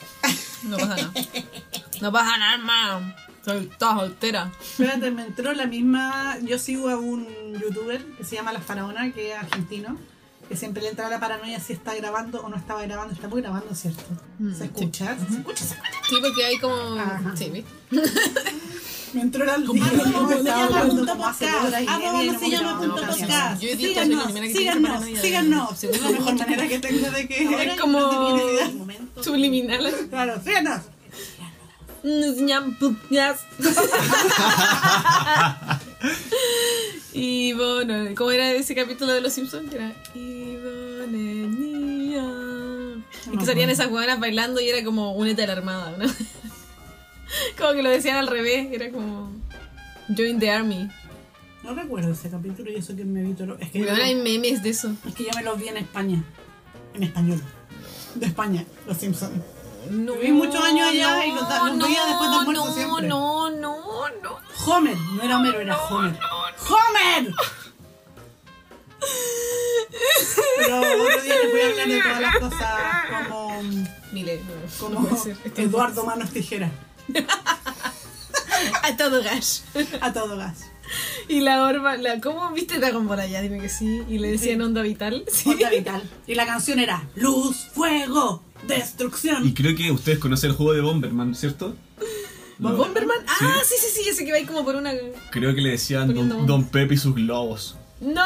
A: No pasa nada. No pasa nada, hermano. Soy toda soltera.
D: Espérate, me entró la misma. Yo sigo a un youtuber que se llama La Faraona, que es argentino, que siempre le entra la paranoia si está grabando o no estaba grabando. Estamos grabando, ¿cierto? ¿Se escucha? ¿Se escucha? ¿Se escucha?
A: Sí, porque hay como...
D: Ajá.
A: Sí, ¿viste?
D: Me entró la luz.
B: Arroba se llama punto podcast. Arroba
D: Arroba
B: se llama punto podcast.
A: Yo he dicho, soy la primera que tiene
B: Síganos, síganos,
A: paranoia de-
B: síganos.
A: Según
B: Es la
A: yo.
B: mejor manera que tengo de que.
A: Es como subliminal.
D: Claro, síganos.
A: y bueno, ¿cómo era ese capítulo de Los Simpsons? Que era Ivone Nia. Y que salían esas hueonas bailando y era como únete a la armada, ¿no? como que lo decían al revés, era como Join the Army.
D: No recuerdo ese capítulo y eso que me vi todo lo- Es que,
A: Y
D: yo,
A: ahora hay memes de eso.
D: es que yo me los vi en España. En español. De España, los Simpsons.
A: No,
D: vi muchos años allá y los da- los veía después del almuerzo
A: no,
D: siempre.
A: No, no, no.
D: Homer, no era Homero, era Homer. ¡Homer! Pero otro día les voy a hablar de todas las cosas
A: Mire,
D: como, como Eduardo Manos Tijera.
A: a todo gas.
D: A todo gas.
A: Y la Orba, la, ¿cómo viste Dragon Ball allá? Dime que sí. Y le decían onda vital. Sí.
D: Onda vital. Y la canción era Luz, Fuego,
C: Y
D: Destrucción.
C: creo que ustedes conocen el juego de Bomberman, ¿cierto? Lo-
A: Bomberman. Ah, sí, sí, sí, ese que va ahí como por una.
C: Creo que le decían Don, Don Pepe y sus globos.
A: ¡No!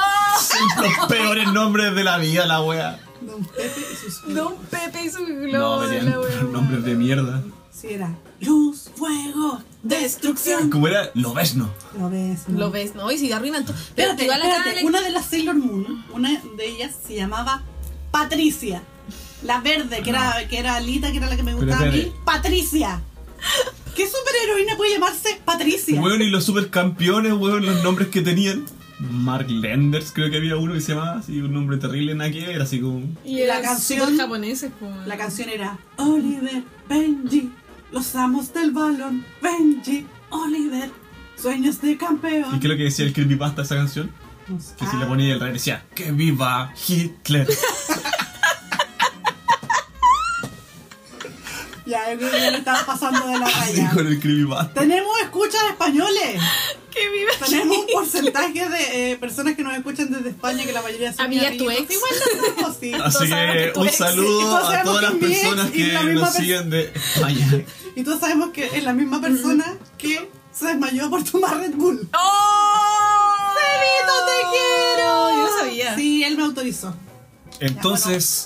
C: Los peores nombres de la vida, la wea.
D: Don Pepe y sus
A: Don Pepe y su
C: No,
A: globo.
C: venían
A: la wea.
C: nombres de mierda.
D: Sí, era Luz, Fuego, Destrucción.
C: ¿Cómo era? Lobesno.
D: Lo ves. ¿no?
A: Lo ves, ¿no? Y si arruinan todo. Pero
D: Espérate,
A: te va la cara.
D: espérate. Una de las Sailor Moon, una de ellas se llamaba Patricia. La verde, que era, que era Alita, que era la que me gustaba a mí.
C: espérate.
D: Patricia. ¿Qué superheroína puede llamarse Patricia?
C: Weón, y los supercampeones, weón, los nombres que tenían. Mark Lenders, creo que había uno que se llamaba así, un nombre terrible en aquel, era así como.
A: Y
D: la
A: la
D: canción-
A: canción japonesa como.
D: La canción era Oliver, Benji, los amos del balón. Benji, Oliver, sueños de
C: ¿Y
D: campeón. Ah,
C: qué es lo que decía el creepypasta de esa canción? Que si le ponía el rey decía, ¡Que viva Hitler!
D: Ya, yo creo que ya me estaba pasando de la
C: Así
D: raya.
C: con el creepypasta.
D: Tenemos escuchas españoles.
A: Que viva.
D: Tenemos un porcentaje de eh, personas que nos escuchan desde España, que la mayoría son mis
A: Amigas tu
D: amiguitos.
A: ex.
D: Igual tampoco, sí.
C: Así
A: sabemos que
C: que
A: tú
C: un
A: eres-
D: y
C: saludo
D: todos
C: a
D: sabemos
C: todas las
D: que mi ex
C: personas
D: es
C: que
D: la misma
C: nos
D: pers-
C: siguen de España.
D: Y todos sabemos que es la misma persona que se desmayó por tomar Red Bull.
A: ¡Oh!
D: te quiero!
A: Yo lo sabía.
D: Oh, Sí, él me autorizó.
C: Entonces,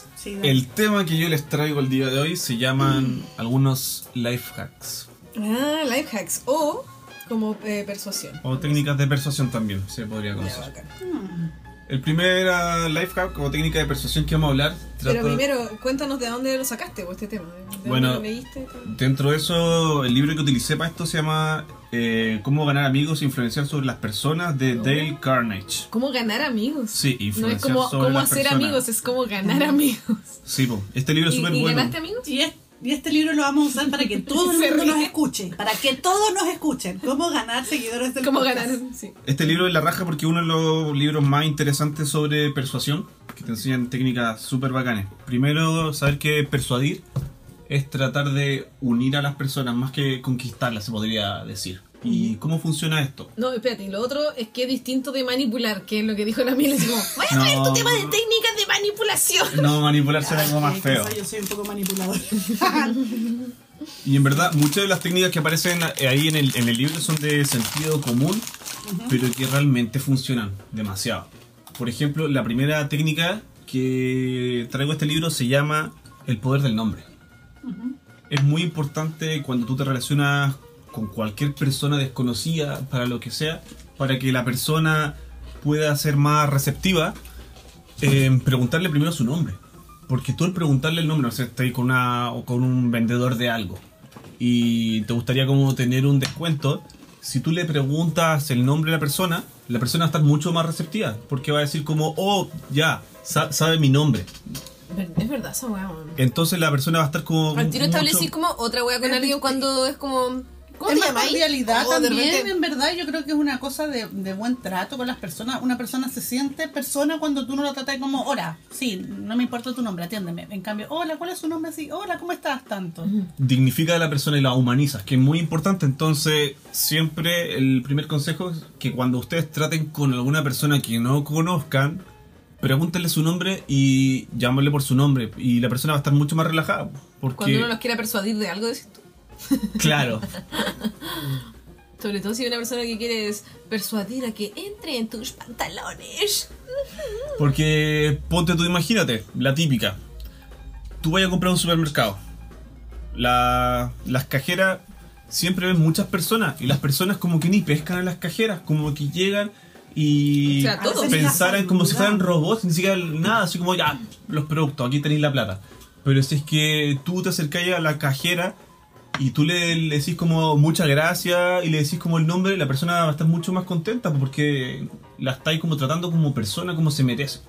D: Ya, bueno, sí, dale.
C: el tema que yo les traigo el día de hoy se
A: Mm.
C: llaman algunos life hacks
A: Ah, life hacks. O como eh, persuasión.
C: o técnicas de persuasión también se podría
A: Ya,
C: conocer.
A: bacán.
D: Hmm.
C: El primer ah, life hack o técnica de persuasión que vamos a hablar
A: Pero
C: trata-
A: primero, cuéntanos de dónde lo sacaste vos este tema. ¿De dónde
C: Bueno.
A: lo leíste?
C: Dentro de eso, el libro que utilicé para esto se llama eh, Cómo ganar amigos e influenciar sobre las personas de Dale Carnage.
A: ¿Cómo ganar amigos?
C: Sí,
A: No es
C: influenciar
A: como
C: sobre
A: cómo
C: las
A: hacer
C: personas.
A: amigos, es como ganar amigos.
C: Sí, po. este libro es
A: ¿Y,
C: súper
A: y
C: bueno.
A: ganaste amigos?
D: Y, es- y este libro lo vamos a usar para que todo el
A: Se
D: mundo nos
A: ríe.
D: escuche. Para que todos nos escuchen. Cómo ganar seguidores del
A: ¿Cómo
D: podcast.
A: ganar? Sí.
C: Este libro es la raja porque uno de los libros más interesantes sobre persuasión, que te enseñan técnicas súper bacanes. Primero, saber que persuadir es tratar de unir a las personas más que conquistarlas, se podría decir. ¿Y cómo funciona esto?
A: No, espérate, y lo otro es que es distinto de manipular, que es lo que dijo la Mil. Es como, voy a
C: No.
A: traer tu tema de técnicas de manipulación.
C: No, manipular será como más
D: Eh,
C: feo.
D: quizá Yo soy un poco manipulador.
C: Y en verdad, muchas de las técnicas que aparecen eh, ahí en el, en el libro son de sentido común, pero que realmente funcionan demasiado. Por ejemplo, la primera técnica que traigo a este libro se llama el poder del nombre. Es muy importante cuando tú te relacionas con cualquier persona desconocida, para lo que sea, para que la persona pueda ser más receptiva, eh, preguntarle primero su nombre. Porque tú al preguntarle el nombre, o sea, estás con, una, o con un vendedor de algo y te gustaría como tener un descuento, si tú le preguntas el nombre de la persona, la persona va a estar mucho más receptiva. Porque va a decir como, oh, ya, sa- sabe mi nombre.
A: Ver- Es verdad, esa weá, weón.
C: Entonces la persona va a estar como...
A: Al tiro
C: mucho-
A: establecí como otra weá con alguien cuando es como. ¿Cómo
D: es
A: te
D: más
A: llamas?
D: cordialidad
A: Oh, de
D: también,
A: repente-
D: en verdad, yo creo que es una cosa de, de buen trato con las personas. Una persona se siente persona cuando tú no la tratas como, hola, sí, no me importa tu nombre, atiéndeme. En cambio, hola, ¿cuál es su nombre? Sí, hola, ¿cómo estás tanto?
C: dignifica a la persona y la humanizas, que es muy importante. Entonces, siempre el primer consejo es que cuando ustedes traten con alguna persona que no conozcan, pregúntenle su nombre y llámenle por su nombre. Y la persona va a estar mucho más relajada. Porque,
A: Cuando uno los quiera persuadir de algo, decís tú.
C: Claro.
A: Sobre todo si hay una persona que quieres persuadir a que entre en tus pantalones.
C: Porque ponte tú, imagínate, la típica. Tú vayas a comprar a un supermercado. La- las cajeras siempre ven muchas personas y las personas como que ni pescan a las cajeras, como que llegan y
A: O sea, todo.
C: pensaran como si fueran robots, ni siquiera nada, así como ya, los productos, aquí tenéis la plata. Pero si es que tú te acercáis a la cajera y tú le, le decís como muchas gracias y le decís como el nombre, la persona va a estar mucho más contenta porque la estáis como tratando como persona, como se merece.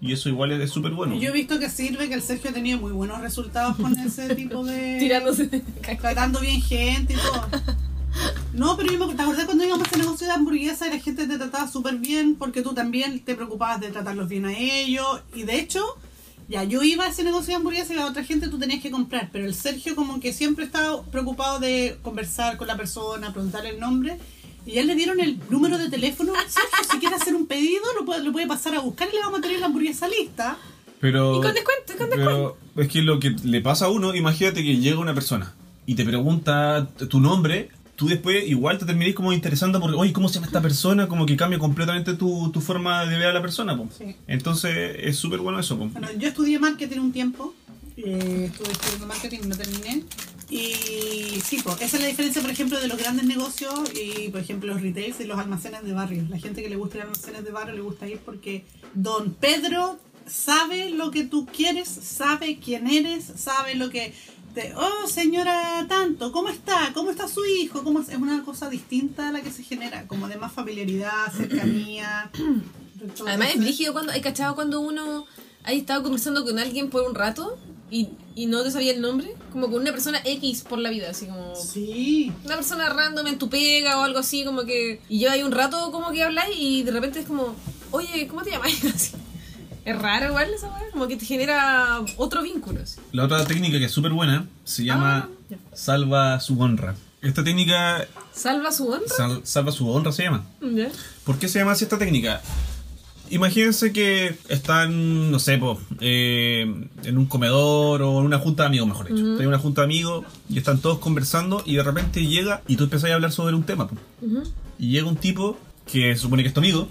C: Y eso igual es es súper bueno.
D: Yo he visto que sirve, que el Sergio ha tenido muy buenos resultados con ese tipo de...
A: Tirándose de caca.
D: tratando bien gente y todo. No, pero yo me acu- ¿te acordás cuando íbamos a ese negocio de hamburguesa y la gente te trataba súper bien porque tú también te preocupabas de tratarlos bien a ellos? Y de hecho, ya yo iba a ese negocio de hamburguesa y la otra gente tú tenías que comprar, pero el Sergio como que siempre estaba preocupado de conversar con la persona, preguntarle el nombre. Y ya le dieron el número de teléfono. Sergio, si quiere hacer un pedido, lo puede, lo puede pasar a buscar y le vamos a tener la hamburguesa lista.
C: Pero,
A: Y con descuento, con
C: pero es que lo que le pasa a uno, imagínate que llega una persona y te pregunta t- tu nombre, tú después igual te terminás como interesando porque, oye, ¿cómo se llama esta persona? Como que cambia completamente tu, tu forma de ver a la persona. po.
D: Sí.
C: Entonces es súper bueno eso. po.
D: Bueno, yo estudié marketing un tiempo. eh, estuve estudiando marketing, no terminé. Y sí, po, esa es la diferencia, por ejemplo, de los grandes negocios y, por ejemplo, los retails y los almacenes de barrio. La gente que le gusta ir a almacenes de barrio le gusta ir porque don Pedro sabe lo que tú quieres, sabe quién eres, sabe lo que... te- oh, señora tanto, ¿cómo está? ¿Cómo está su hijo? ¿Cómo es? es una cosa distinta a la que se genera, como de más familiaridad, cercanía.
A: Además es brígido cuando, hay cachado cuando uno ha estado conversando con alguien por un rato y, y no te sabía el nombre, como con una persona X por la vida, así como
D: Sí.
A: una persona random en tu pega o algo así, como que y lleva ahí un rato como que habláis y de repente es como, oye, ¿cómo te llamáis? Así. Es raro igual esa weá, como que te genera otro vínculo. así.
C: La otra técnica que es súper buena se
A: Ah,
C: llama
A: ya.
C: salva su honra. Esta técnica,
A: Salva su honra.
C: sal- salva su honra se llama.
A: Ya.
C: ¿Por qué se llama así esta técnica? Imagínense que están, no sé, po, eh, en un comedor o en una junta de amigos, mejor dicho. Están en una junta de amigos y están todos conversando y de repente llega y tú empezás a hablar sobre un tema. po. Y llega un tipo que se supone que es tu amigo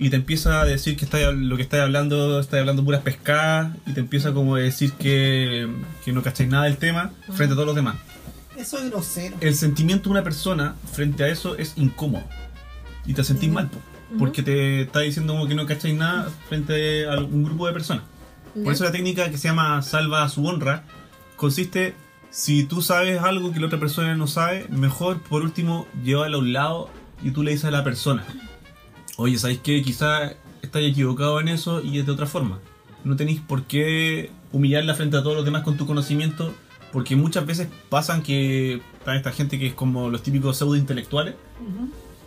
C: y te empieza a decir que está, lo que estás hablando, estás hablando puras pescadas y te empieza como a decir que, que no cacháis nada del tema frente a todos los demás
D: Eso es grosero.
C: el sentimiento de una persona frente a eso es incómodo. Y te sentís mal, po, porque te está diciendo como que no cacháis nada frente a un grupo de personas. Por eso la técnica que se llama salva a su honra consiste, si tú sabes algo que la otra persona no sabe, mejor por último llévala a un lado y tú le dices a la persona, oye, ¿sabéis qué? Quizá estáis equivocado en eso y es de otra forma. No tenéis por qué humillarla frente a todos los demás con tu conocimiento, porque muchas veces pasan que está esta gente que es como los típicos pseudo intelectuales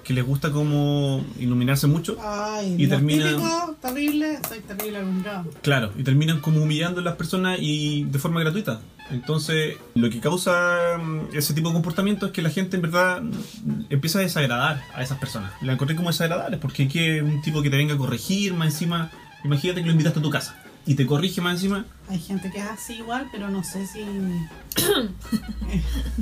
C: que les gusta como iluminarse mucho.
D: Ay,
C: Y
D: los
C: termina-
D: típicos, terrible, soy terrible alumbrado.
C: Claro, y terminan como humillando a las personas y de forma gratuita. Entonces, lo que causa mm, ese tipo de comportamiento es que la gente en verdad mm, empieza a desagradar a esas personas. La encontré como desagradables porque que un tipo que te venga a corregir más encima. Imagínate que lo invitaste a tu casa y te corrige más encima.
D: Hay gente que es así igual, pero no sé si.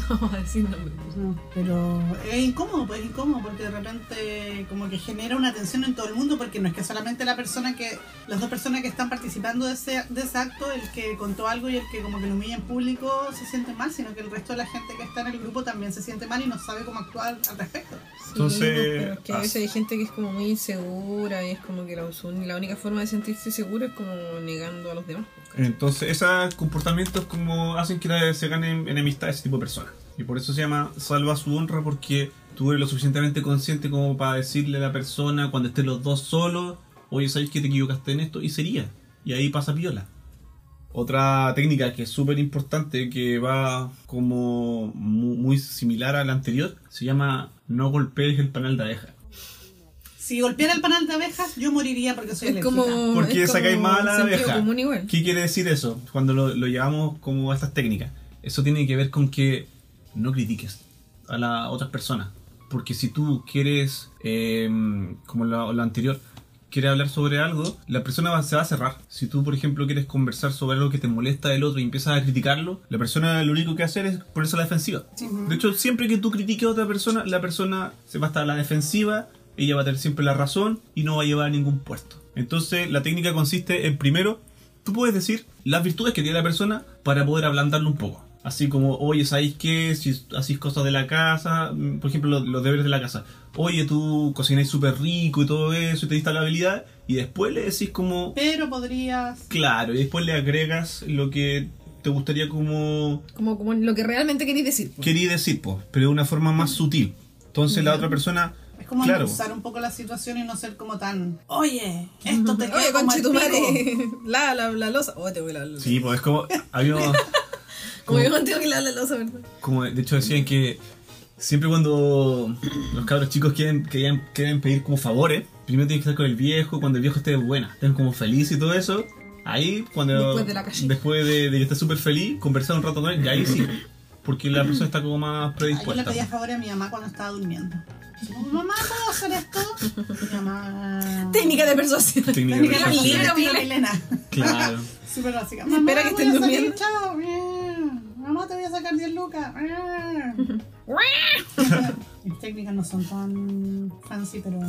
A: No, así no.
D: No, pero es incómodo, pues es incómodo porque de repente como que genera una tensión en todo el mundo porque no es que solamente la persona que, las dos personas que están participando de ese, de ese acto, el que contó algo y el que como que lo humilla en público se siente mal, sino que el resto de la gente que está en el grupo también se siente mal y no sabe cómo actuar al respecto.
C: Entonces,
A: pues, pero es que a veces
C: as-
A: hay gente que es como muy insegura y es como que la, usu- la única forma de sentirse segura es como negando a los demás.
C: Entonces, esos comportamientos como hacen que la- se ganen enemistad a ese tipo de personas. Y por eso se llama salva su honra, porque tú eres lo suficientemente consciente como para decirle a la persona cuando estén los dos solos, oye, ¿sabes que te equivocaste en esto? Y sería. Y ahí pasa piola. Otra técnica que es súper importante, que va como mu- muy similar a la anterior, se llama no golpees el panel de abeja.
D: Si golpeara el panal de abejas, yo moriría porque soy
A: Es
D: alérgica.
A: como.
C: Porque
A: es
C: sacáis
A: como
C: mal a la
A: sentido
C: abeja.
A: común igual.
C: ¿Qué quiere decir eso? Cuando lo, lo llevamos como a estas técnicas. Eso tiene que ver con que no critiques a las otras personas. Porque si tú quieres, eh, como lo, lo anterior, quieres hablar sobre algo, la persona va- se va a cerrar. Si tú, por ejemplo, quieres conversar sobre algo que te molesta del otro y empiezas a criticarlo, la persona lo único que hace es ponerse a la defensiva. De hecho, siempre que tú critiques a otra persona, la persona se va a estar a la defensiva, ella va a tener siempre la razón y no va a llevar a ningún puesto. Entonces, la técnica consiste en primero, tú puedes decir las virtudes que tiene la persona para poder ablandarlo un poco. Así como, oye, ¿sabéis qué? Si hacéis cosas de la casa, mm, por ejemplo, los, los deberes de la casa. Oye, tú cocináis súper rico y todo eso y te diste la habilidad. Y después le decís como,
D: Pero podrías...
C: claro, y después le agregas lo que te gustaría como
A: Como, como lo que realmente queréis decir. po.
C: quería decir, po, pero de una forma más sutil. Entonces la otra persona,
D: Es como
C: Claro.
D: endulzar un poco la situación y no ser como tan... Oye, esto te queda
A: Oye,
D: como
A: conche
D: el
A: tu
D: pico".
A: madre. La, la, la losa. Oh, te voy a la losa.
C: sí, pues es como, había-
A: Como yo no tengo que lavar la losa, ¿verdad?
C: como de hecho decían que siempre cuando los cabros chicos quieren, querían- quieren pedir como favores, primero tienes que estar con el viejo, cuando el viejo esté buena, estén como feliz y todo eso. Ahí, cuando.
A: Después de la calle.
C: Después de, de que esté súper feliz, conversar un rato con él, y ahí sí. Porque la persona está como más
D: Ay, Yo le
C: predispuesta.
D: pedía favor a mi mamá cuando estaba durmiendo. Como, Mamá, ¿puedo hacer esto? Mi mamá.
A: Técnica de persuasión.
C: Técnica de
D: Técnica de
C: persuasión.
D: libro,
A: Mira.
D: Elena.
C: Claro.
D: Súper básica.
A: Espera
D: Mamá,
A: que
D: voy
A: estén
D: a salir,
A: durmiendo.
D: Chao. Bien. Mamá, te voy a sacar 10 lucas. Bien. Mis técnicas no son tan fancy, pero.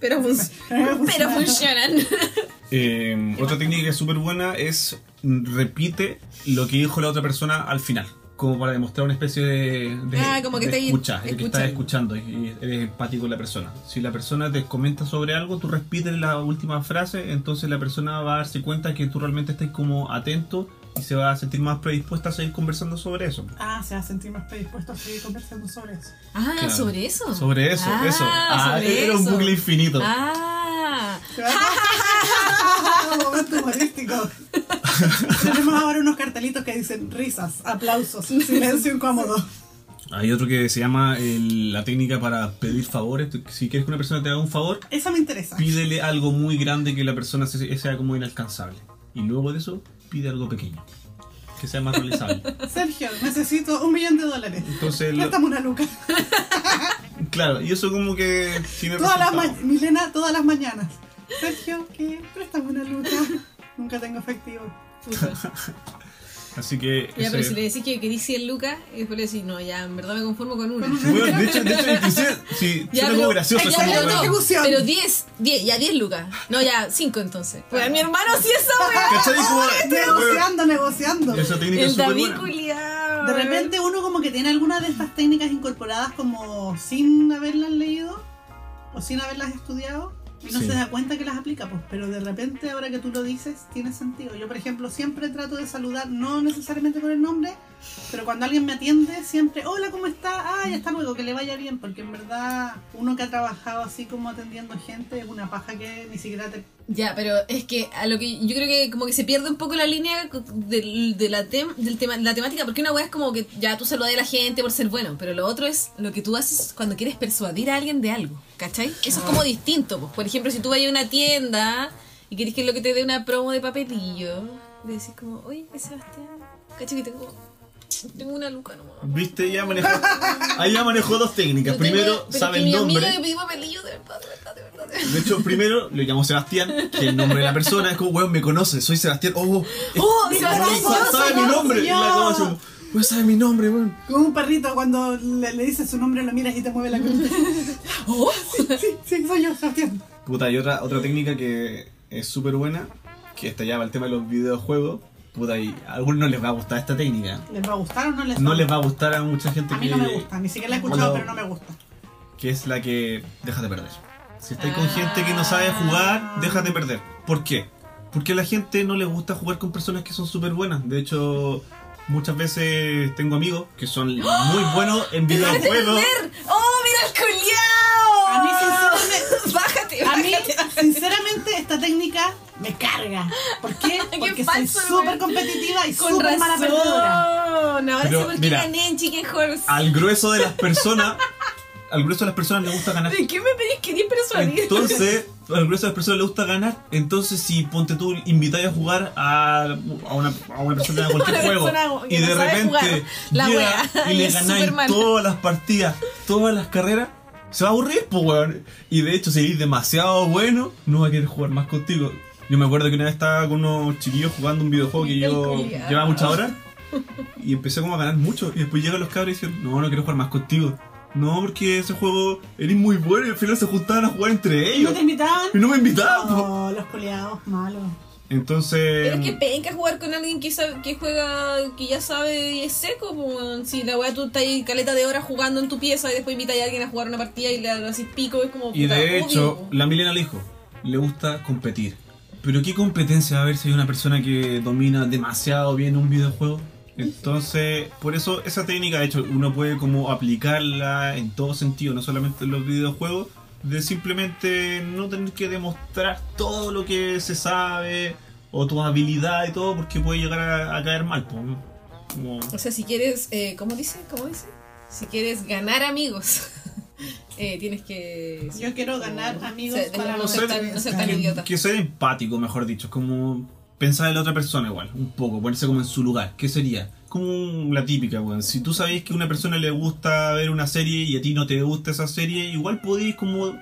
A: Pero, func- pero funcionan.
C: Eh, otra técnica que es súper buena es mm, repite lo que dijo la otra persona al final. Como para demostrar una especie de, de-
A: Ah, como que
C: de
A: estáis
C: escucha, de que
A: escuchando.
C: estás escuchando y- y eres empático con la persona. Si la persona te comenta sobre algo, tú repites la última frase, entonces la persona va a darse cuenta que tú realmente estás como atento y se va a sentir más predispuesta a seguir conversando sobre eso.
D: Ah, se va a sentir más predispuesto a seguir conversando sobre eso.
A: Ah,
C: Claro.
A: sobre eso.
C: Sobre eso,
A: Ah,
C: eso. Ah,
A: sobre
C: era un
A: eso.
C: bucle infinito.
A: Ah.
D: Se va a- Momento humorístico. Tenemos ahora unos cartelitos que dicen risas, aplausos, silencio incómodo.
C: Hay otro que se llama el- la técnica para pedir favores. Si quieres que una persona te haga un favor,
D: Eso me interesa.
C: pídele algo muy grande que la persona se- sea como inalcanzable. Y luego de eso, pide algo pequeño. Que sea más realizable.
D: Sergio, necesito un millón de dólares.
C: Entonces, lo-
D: Préstame una luca.
C: claro, y eso como que tiene
D: Todas las ma-
C: resultado.
D: Milena, todas las mañanas. Sergio, ¿qué? Préstame una luca. Nunca tengo efectivo.
A: Puta.
C: Así que...
A: Ya, pero
C: ese-
A: si le decís que querís 100 lucas, y después le decís, no, ya, en verdad me conformo con una.
C: Bueno, de hecho, de hecho, inclusive, sí,
A: Ya,
C: suena
A: pero-
C: como gracioso.
A: Ay,
C: es
A: ya,
C: como,
A: pero,
C: bueno,
A: no,
D: ejecución.
A: pero 10, 10, ya 10 lucas. No, ya 5 entonces. Pues mi hermano sí esa weá.
C: ¿Cachai? Como, bueno,
D: Negociando, negociando.
C: esa técnica es
A: El
C: súper
A: David
C: buena.
A: culiao.
D: De repente uno como que tiene alguna de estas técnicas incorporadas como sin haberlas leído o sin haberlas estudiado y no
C: Sí.
D: se da cuenta que las aplica, pues, pero de repente ahora que tú lo dices tiene sentido. Yo, por ejemplo, siempre trato de saludar no necesariamente con el nombre, Pero cuando alguien me atiende, siempre, hola, ¿cómo está? Ah, ya está luego, que le vaya bien. Porque en verdad, uno que ha trabajado así como atendiendo gente, es una paja que ni siquiera te...
A: Ya, pero es que a lo que yo creo que como que se pierde un poco la línea del- de, la, tem- del tema, la temática, porque una wea es como que ya tú saludas a la gente por ser bueno, pero lo otro es lo que tú haces cuando quieres persuadir a alguien de algo, ¿cachai? Eso
C: Ah.
A: es como distinto, pues. por ejemplo, si tú vas a una tienda y quieres que lo que te dé una promo de papelillo, le decís como, oye, Sebastián, ¿cachai que tengo, tengo una luca nomás?
C: Viste, ya manejó, ahí ya manejó dos técnicas.
A: Yo
C: Primero
A: tengo- pero
C: sabe
A: que
C: el
A: mi
C: nombre.
A: amiga que pidió papelillo, de verdad, de verdad, de verdad. de verdad.
C: De hecho, primero le llamó Sebastián, que el nombre de la persona es como, weón, me conoce, soy Sebastián. Oh, es-
A: ¡Oh,
C: weón,
A: Sebastián,
C: sabe,
A: yo
C: sabe
A: soy
C: mi
A: yo!
C: nombre. Y la cama así como, weón, sabe mi nombre, weón.
D: Como un perrito cuando le, le dices su nombre, lo miras y te mueve la cruz.
A: Oh.
D: sí, sí, soy yo, Sebastián.
C: Puta, y otra, otra técnica que es súper buena, que está ya para el tema de los videojuegos. Puta, y a algunos no les va a gustar esta técnica.
D: ¿Les va a gustar o no les
C: No les va a gustar a mucha gente
D: A mí
C: que,
D: no me gusta, ni siquiera la he escuchado,
C: Bueno.
D: pero no me gusta.
C: que es la que deja de perder. Si estáis con gente que no sabe jugar, deja de perder. ¿Por qué? Porque a la gente no le gusta jugar con personas que son súper buenas. De hecho, muchas veces tengo amigos que son muy buenos en
A: ¡Dejar de
C: videojuegos.
A: perder! ¡Oh, mira el culiao!
D: A mí, sinceramente-
A: Bájate,
D: A mí,
A: bájate.
D: sinceramente, esta técnica me carga. ¿Por qué?
A: Qué
D: Porque soy
A: falso, güey.
D: súper competitiva y
A: Con
D: súper
A: razón.
D: mala perdedora.
A: Ahora
C: Pero,
A: sé por qué
C: mira,
A: gané en Chicken Horse.
C: Al grueso de las personas, al grueso de las personas le gusta ganar.
A: ¿De qué me pedís? Quería persuadir.
C: Entonces, al grueso de las personas le gusta ganar. Entonces, si ponte tú, invitáis a jugar a, a, una, a una persona de cualquier
A: Una
C: juego
A: persona que
C: y
A: no
C: de
A: sabe jugar,
C: repente
A: la
C: llega
A: wea,
C: y
A: y
C: le
A: es
C: ganáis
A: Superman.
C: todas las partidas, todas las carreras, se va a aburrir, pues, weón. Y de hecho, si eres demasiado bueno, no va a querer jugar más contigo. Yo me acuerdo que una vez estaba con unos chiquillos jugando un videojuego que
A: El
C: yo
A: culiao.
C: llevaba muchas horas y empecé como a ganar mucho. Y después llegan los cabros y dicen, no, no quiero jugar más contigo. No, porque ese juego eres muy bueno y al final se juntaban a jugar entre
D: ¿Y no
C: ellos.
D: te invitaban?
C: Y no me invitaban. po.
D: No, los coleados malos.
C: Entonces,
A: Pero que penca jugar con alguien que, sabe- que juega, que ya sabe y es seco. po, weón. Si la weá tú estás ahí caleta de horas jugando en tu pieza y después invitas a alguien a jugar una partida y le haces pico, es como.
C: y
A: puta,
C: de
A: obvio,
C: hecho,
A: po.
C: la Milena le dijo, le gusta competir. Pero ¿qué competencia va a haber si hay una persona que domina demasiado bien un videojuego? Entonces, por eso esa técnica, de hecho, uno puede como aplicarla en todo sentido, no solamente en los videojuegos, de simplemente no tener que demostrar todo lo que se sabe o tus habilidades y todo, porque puede llegar a, a caer mal. po, ¿no? Como-
A: O sea, si quieres, eh, ¿cómo dice? ¿Cómo dice? Si quieres ganar amigos, eh, tienes que...
D: Yo quiero ganar amigos
A: Se-
D: para
A: no
D: no
A: ser
D: ser
A: tan- no ser tan
C: que,
A: idiota.
C: que ser empático, mejor dicho. Es como pensar en la otra persona igual, un poco, ponerse como en su lugar. ¿Qué sería? Como un- la típica, weón. Si tú sabés que a una persona le gusta ver una serie y a ti no te gusta esa serie, igual podéis como...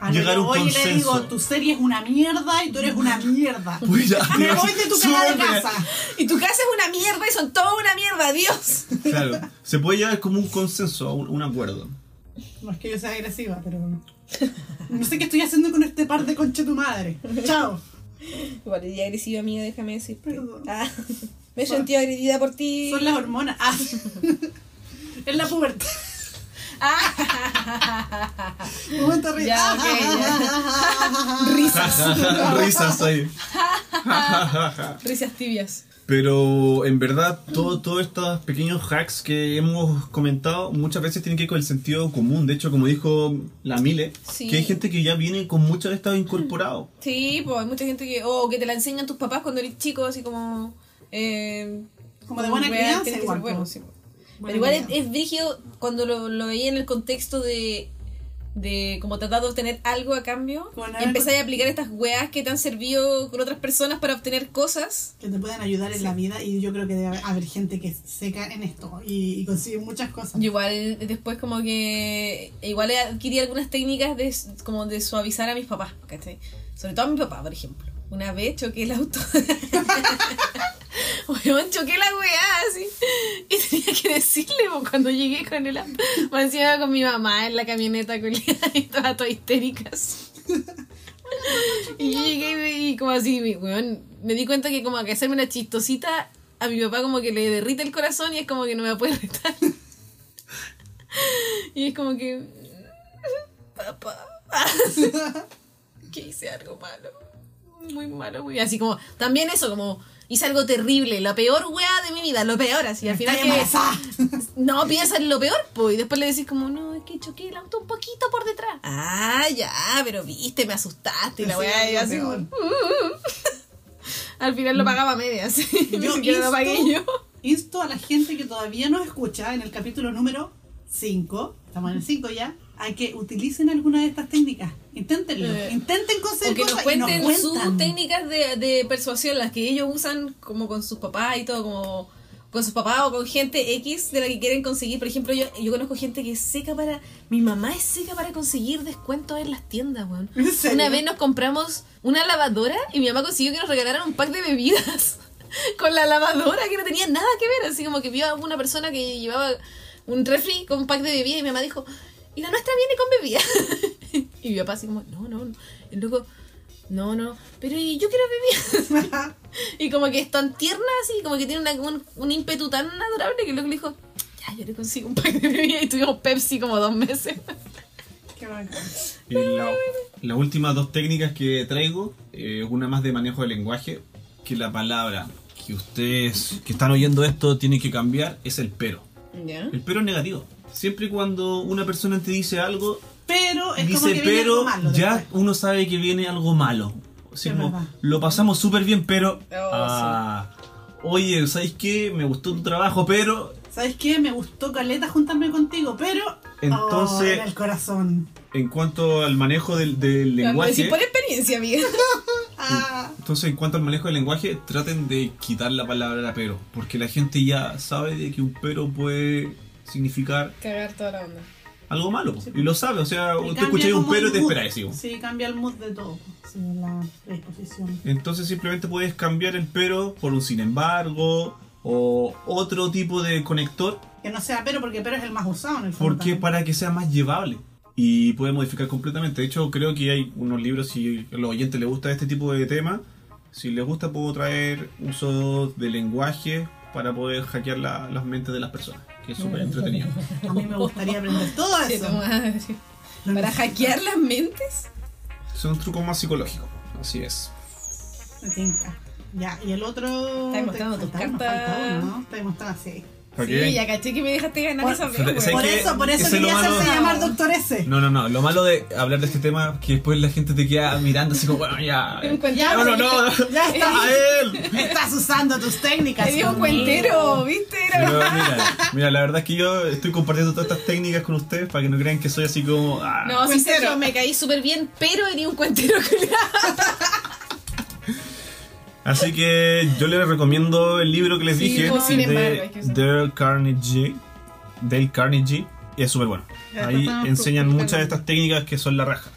D: A lo
C: llegar
D: que
C: a un
D: voy y le digo,
C: consenso.
D: tu serie es una mierda y tú eres una mierda.
C: Uy, ya,
D: Me voy de tu cara de
C: súbeme.
D: casa.
A: Y tu casa es una mierda y son toda una mierda, adiós.
C: Claro, se puede llegar como un consenso, a un, un acuerdo.
D: No es que yo sea agresiva, pero... No sé qué estoy haciendo con este par de conche tu madre. Chao.
A: Igual, ya agresiva amiga, déjame decirte.
D: Perdón.
A: Ah, me he sentido agredida por ti.
D: Son las hormonas. Ah. Es la pubertad. Un momento de
A: Ya,
D: risa.
A: ok,
C: Risas ahí.
A: Risas tibias.
C: Pero en verdad, todo- todos estos pequeños hacks que hemos comentado muchas veces tienen que ver con el sentido común. De hecho, como dijo la Mile,
A: Sí.
C: que hay gente que ya viene con mucho de esto incorporado.
A: Sí, pues hay mucha gente que... O que te la enseñan tus papás cuando eres chico, así como... eh,
D: Como de buena
A: weá,
D: crianza
A: tienes que
D: igual,
A: ser bueno,
D: como-
A: sí, po.
D: Buena
A: Pero igual es,
D: crianza.
A: es brígido cuando lo, lo veía en el contexto de, de como tratar de obtener algo a cambio.
D: Bueno,
A: y empezar a aplicar estas weas que te han servido con otras personas para obtener cosas.
D: que te pueden ayudar en la vida y yo creo que debe haber, haber gente que seca en esto y, y consigue muchas cosas.
A: Yo igual después como que igual adquirí algunas técnicas de s- como de suavizar a mis papás, ¿cachai? Sobre todo a mi papá, por ejemplo. Una vez choqué el auto. Weón, choqué la weá así. Y tenía que decirle po, cuando llegué con el auto. Me encima con mi mamá en la camioneta con y estaba toda histérica. así. Y yo llegué y como así, mi- weón, me di cuenta que como que hacerme una chistosita a mi papá como que le derrita el corazón y es como que no me puede retar. Y es como que... Papá. que hice algo malo. Muy malo, muy Así como, también eso, como hice algo terrible, la peor weá de mi vida, lo peor así. Al final que. No, piensas en lo peor, pues. Y después le decís como, no, es que choqué el auto un poquito por detrás. Ah, ya, pero viste, me asustaste y la
D: Sí,
A: weá. y
D: lo
A: así, "Uh".
D: peor.
A: al final lo pagaba a medias. Ni
D: Yo
A: siquiera lo pagué yo.
D: insto a la gente que todavía nos escucha en el capítulo número 5, estamos en el 5 ya, a que utilicen alguna de estas técnicas. Inténtenlo,
A: Eh,
D: intenten conseguir
A: O que nos
D: cosas
A: cuenten,
D: y nos
A: sus
D: cuentan.
A: técnicas de, de persuasión, las que ellos usan como con sus papás y todo, como con sus papás o con gente X de la que quieren conseguir. Por ejemplo, yo, yo conozco gente que es seca para... Mi mamá es seca para conseguir descuentos en las tiendas, weón.
D: ¿En serio?
A: Una vez nos compramos una lavadora y mi mamá consiguió que nos regalaran un pack de bebidas con la lavadora que no tenía nada que ver. Así como que vio a una persona que llevaba un refri con un pack de bebidas y mi mamá dijo, y la nuestra viene con bebida. y mi papá así como, no, no, no. El loco, no, no, pero y yo quiero bebidas. y como que es tan tierna así, como que tiene una- un, un ímpetu tan adorable que el loco le dijo, ya, yo le consigo un pack de bebidas y tuvimos Pepsi como dos meses.
D: Qué bacán.
C: Y Eh, la- las últimas dos técnicas que traigo, eh, una más de manejo de lenguaje, que la palabra que ustedes que están oyendo esto tienen que cambiar es el pero.
A: ¿Ya?
C: El pero es negativo. Siempre y cuando una persona te dice algo,
D: Pero es como
C: dice
D: que viene
C: pero,
D: algo malo
C: ya
D: después.
C: uno sabe que viene algo malo. O sea,
D: Es
C: como,
D: verdad. Oh,
C: lo pasamos súper bien, pero...
A: sí.
C: ah, Oye, ¿sabes qué? Me gustó tu trabajo, pero...
D: ¿Sabes qué? Me gustó Caleta juntarme contigo, pero...
C: Entonces-
D: Oh, en el corazón.
C: En cuanto al manejo del, del lenguaje...
A: por experiencia, amiga.
D: Ah,
C: Entonces, en cuanto al manejo del lenguaje, traten de quitar la palabra pero, porque la gente ya sabe de que un pero puede significar
E: Cagar toda la onda.
C: algo malo, po, y lo sabe, o sea,
D: y
C: tú
D: cambia
C: escuchas un
D: como
C: pero y
D: el
C: te
D: mood.
C: esperas, sí, po.
D: Sí, cambia el mood de todo. Sí, la predisposición.
C: Entonces simplemente puedes cambiar el pero por un sin embargo o otro tipo de conector,
D: Que no sea pero, porque pero es el más usado en el fondo.
C: porque
D: también.
C: para que sea más llevable. Y puede modificar completamente. De hecho, creo que hay unos libros, si a los oyentes les gusta este tipo de tema, si les gusta puedo traer usos de lenguaje para poder hackear la- las mentes de las personas, que es súper entretenido.
D: A mí me gustaría aprender todo
A: Ah,
D: eso.
E: Para hackear las mentes.
C: Son trucos más psicológicos, así es.
D: Me tinca. Ya, y el otro.
E: Estáis mostrando
D: Te-
E: tus
D: falta-
E: cartas.
D: falta uno, ¿no? Estáis mostrando así.
C: ¿Para que
E: Sí,
C: vean?
E: ya caché que me dejaste ganar
D: Por-
E: esa vez,
C: Fíjate,
E: weón.
C: ¿sabes
D: Por
C: que
D: eso, por
C: ese
D: eso
C: es lo
D: quería
C: malo-
D: hacerse llamar Doctor S.
C: No, no, no, lo malo de hablar de este tema es que después la gente te queda mirando así como, bueno, ya... eh,
E: cuentero.
C: no, no, no, no.
D: Ya está.
C: ¡A él!
D: Estás usando tus técnicas.
E: Te dio un
D: ¿no?
E: cuentero, ¿viste? Era-
C: Pero mira, mira, la verdad es que yo estoy compartiendo todas estas técnicas con ustedes para que no crean que soy así como. ah.
A: No, sí,
D: Cuentero.
A: Sergio, me caí súper bien, pero era un cuentero culiao.
C: Así que yo les recomiendo el libro que les
E: Sí,
C: dije
E: pues, sin embargo,
C: de
E: hay que usar.
C: Dale Carnegie. Dale Carnegie. Y es súper bueno.
D: Ya,
C: Ahí
D: tratamos
C: enseñan
D: por-
C: muchas de estas técnicas que son la raja.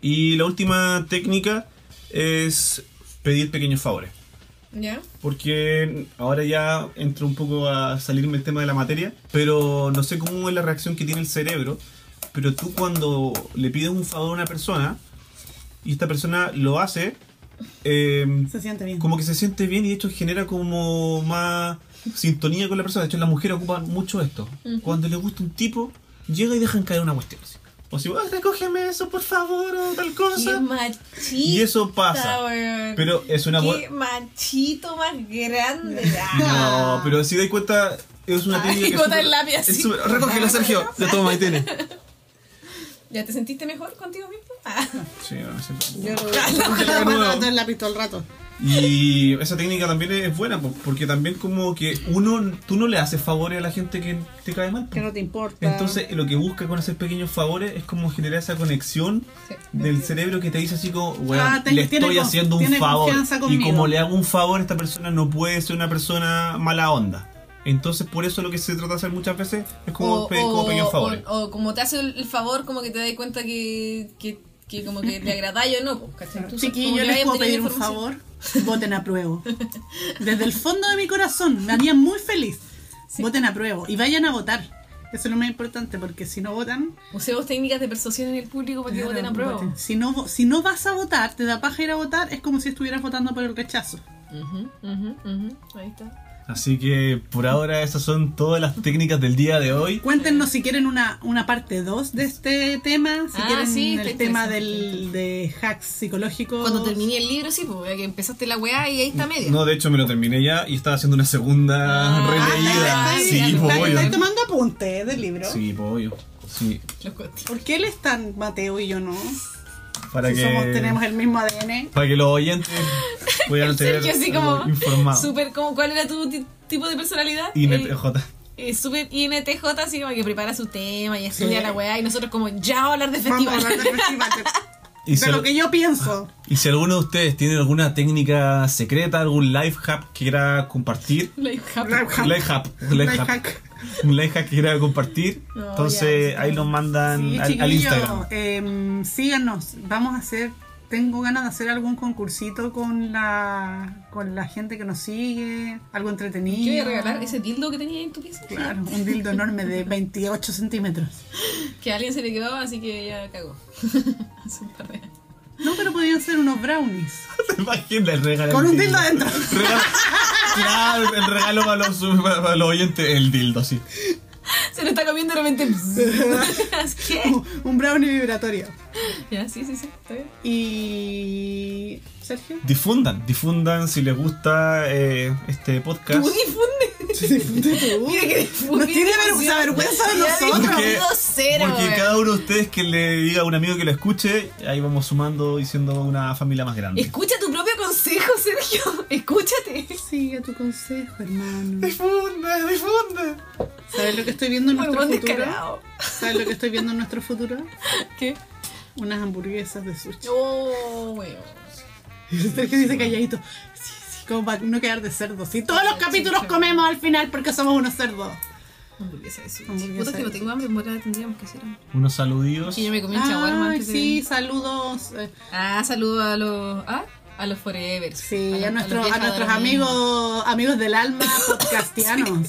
C: Y la última técnica es pedir pequeños favores.
E: ¿Ya?
C: Porque ahora ya entro un poco a salirme el tema de la materia, pero no sé cómo es la reacción que tiene el cerebro. Pero tú cuando le pides un favor a una persona y esta persona lo hace, eh,
D: Se siente bien.
C: como que se siente bien y de hecho genera como más sintonía con la persona. De hecho, las mujeres ocupan mucho esto. Cuando le gusta un tipo, llega y dejan caer una cuestión. así. O si, "Ah, recógeme eso, por favor, o tal
A: Qué
C: cosa.
A: machista.
C: Y eso pasa.
A: weón.
C: Pero es una... bu-
A: Qué machito más grande. Ah.
C: No, pero si dais cuenta, es una técnica que es
A: bota el
C: súper-
A: lápiz así.
C: es súper- Recógelo, Sergio. La toma, ahí tiene.
A: ¿Ya te sentiste mejor contigo mismo? Ah.
C: Sí, pues. bueno, siempre.
D: Yo
C: Recógelo de nuevo.
D: el lápiz todo el rato.
C: Y esa técnica también es buena, po- porque también como que uno, tú no le haces favores a la gente que te cae mal. po.
D: Que no te importa.
C: Entonces lo que busca con hacer pequeños favores es como generar esa conexión
E: Sí.
C: del cerebro que te dice así como, bueno,
D: Ah, te-
C: le
D: tiene
C: estoy
D: con-
C: haciendo un
D: tiene
C: favor.
D: confianza
C: Y
D: conmigo.
C: como le hago un favor, esta persona no puede ser una persona mala onda. Entonces por eso lo que se trata de hacer muchas veces es como,
A: O-
C: pedir como
A: o-
C: pequeños favores.
A: O, o como te hace el, el favor, como que te das cuenta que, que, que como que le agradáis o no. pues, ¿cachai? Tú como
D: Chiquillo,
A: que
D: les
A: vayas
D: puedo
A: obteniendo
D: pedir un
A: información.
D: favor. Voten a pruebo. Desde el fondo de mi corazón, me haría muy feliz. Voten a pruebo y vayan a votar. Eso es lo más importante porque si no votan.
A: Usemos técnicas de persuasión en el público para que voten a prueba.
D: voten. Si no, vo- si no vas a votar, te da paja ir a votar, es como si estuvieras votando por el rechazo.
A: Ujú, ujú, ujú. Ahí está.
C: Así que por ahora esas son todas las técnicas del día de hoy.
D: Cuéntenos si quieren una, una parte 2 de este tema, si
A: Ah,
D: quieren
A: sí, está
D: el tema
A: interesante,
D: del, de hacks psicológicos.
A: Cuando terminé el libro, sí, pues, que empezaste la weá y ahí está media.
C: No, de hecho me lo terminé ya y estaba haciendo una segunda
A: Ah,
C: releída.
A: ah, ya,
C: sí,
A: ya,
C: pues,
A: ya,
C: obvio.
D: ¿Estáis tomando apuntes del libro?
C: Sí, pues, obvio. Sí,
A: Los cotis.
D: ¿Por qué él es tan Mateo y yo no?
C: para
D: si
C: que
D: somos, tenemos el mismo ADN.
C: para que los oyentes puedan tener
A: Sergio, así como.
C: informado.
A: Súper, como, ¿cuál era tu ti- tipo de personalidad? El-
C: INTJ.
A: eh, Súper INTJ, así como que prepara su tema y estudia
D: Sí.
A: la weá. Y nosotros, como, ya vamos a hablar de
D: Vamos a
A: festival.
D: hablar del festival.
C: Y
D: De,
C: se
D: de
C: lo- Ah,
D: lo que yo pienso.
C: Y si alguno de ustedes tiene alguna técnica secreta, algún life hack que quiera compartir,
A: Life hack.
D: Lifehack.
C: life hack, life hack,
D: Lifehack.
C: un life hack que quiera compartir,
A: No,
C: entonces
A: ya,
C: ahí nos mandan
D: Sí,
C: al, al
D: chiquillos,
C: Instagram.
D: em, síganos. Vamos a hacer. Tengo ganas de hacer algún concursito con la con la gente que nos sigue, algo entretenido.
A: Yo voy a regalar ese dildo que tenía en tu pieza.
D: Claro, un dildo enorme de 28 centímetros.
A: Que a alguien se le quedó, así que ya cagó. Hace un par de años.
D: No, pero podían ser unos brownies.
C: ¿Te imaginas el regalo?
D: Con
C: del
D: un dildo adentro.
C: Regalo- Claro, el regalo para los, para los oyentes, el dildo, así.
A: Se lo está comiendo de repente. ¿Qué?
D: Un- Un brownie vibratorio.
A: Ya, sí, sí, sí. Está bien.
D: Y. Sergio.
C: Difundan, difundan si les gusta eh, este podcast.
A: Tú difunde. Mira que difunde.
D: Nos tiene vergü-
A: emoción.
D: la vergüenza de
A: Ya
D: nosotros.
A: difundido cero,
C: porque
A: weón.
C: cada uno de ustedes que le diga a un amigo que lo escuche, ahí vamos sumando y siendo una familia más grande.
A: Escucha tu propio consejo, Sergio. Escúchate.
D: Sigue tu consejo, hermano.
C: Difunde, difunde.
D: ¿Sabes lo que estoy viendo en
A: Por
D: nuestro
A: buen
D: futuro?
A: descarado.
D: ¿Sabes lo que estoy viendo en nuestro futuro?
A: ¿Qué?
D: Unas hamburguesas de sushi.
A: Oh, weón.
D: Sergio dice calladito. Sí, sí, como para no quedar de cerdo. Sí, todos los capítulos comemos al final porque somos unos cerdos.
A: Hamburguesa de sushi.
D: Hamburguesa
A: Puta que
D: de
A: no tengo hambre, en verdad tendríamos que hacer hambre.
C: Unos saludidos.
A: Sí, yo me comí un chaguarma
D: Ay,
A: antes de-
D: sí, saludos. eh,
A: Ah, saludo a los. ¿Ah? A los Forever.
D: Sí, a,
A: los-
D: nuestro-
A: los viejos
D: a nuestros
A: adorados.
D: amigos, amigos del alma podcastianos.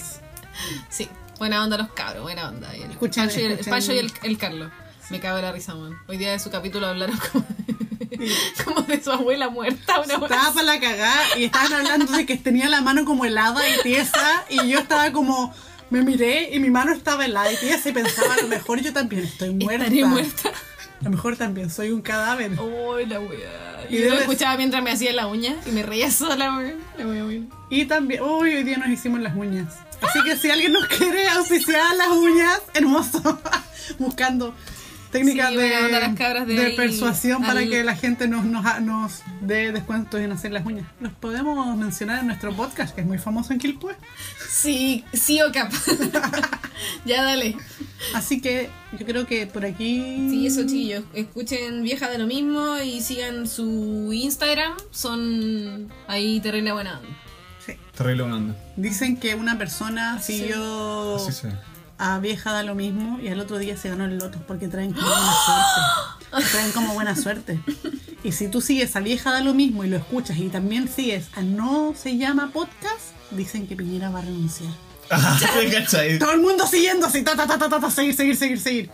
A: Sí, buena onda los cabros, buena onda. El
D: Escuchen,
A: Pancho y el, el
D: escuchen.
A: Pancho y el- el Carlos. Me cago en la risa, man. Hoy día de su capítulo hablaron como de, como de su abuela muerta. Una abuela.
D: Estaba para la cagada y estaban hablando de que tenía la mano como helada y tiesa y yo estaba como... Me miré y mi mano estaba helada y tiesa y pensaba, a lo mejor yo también estoy muerta.
A: Estaré muerta.
D: A lo mejor también soy un cadáver.
A: Oh, la weá.
D: Y
A: Y yo lo
D: debes-
A: escuchaba mientras me hacía la uña y me reía sola, weón. La weá, weón.
D: Y también, uy, hoy día nos hicimos las uñas. Así que si alguien nos quiere auspiciar las uñas, hermoso. Buscando técnicas
A: Sí, buena onda las
D: de,
A: cabras de
D: de
A: ahí,
D: persuasión para
A: al-
D: que la gente nos, nos, ha- nos dé descuentos en hacer las uñas. Los podemos mencionar en nuestro podcast, que es muy famoso en Quilpue.
A: Sí, sí o capaz. ya dale.
D: Así que yo creo que por aquí.
A: Sí, eso chillos. Escuchen Vieja de lo mismo y sigan su Instagram. Son ahí terrible buena onda.
D: Sí.
C: Terrible buena onda.
D: Dicen que una persona
A: Sí.
D: siguió
C: Así se ve.
D: a vieja da lo mismo y al otro día se ganó el loto porque traen como buena suerte. Traen como buena suerte. Y si tú sigues a vieja da lo mismo y lo escuchas y también sigues a no se llama podcast, dicen que Piñera va a renunciar.
C: ¿Te cachai?
D: Todo el mundo siguiendo así, ta ta ta ta ta, ta, seguir, seguir, seguir, seguir.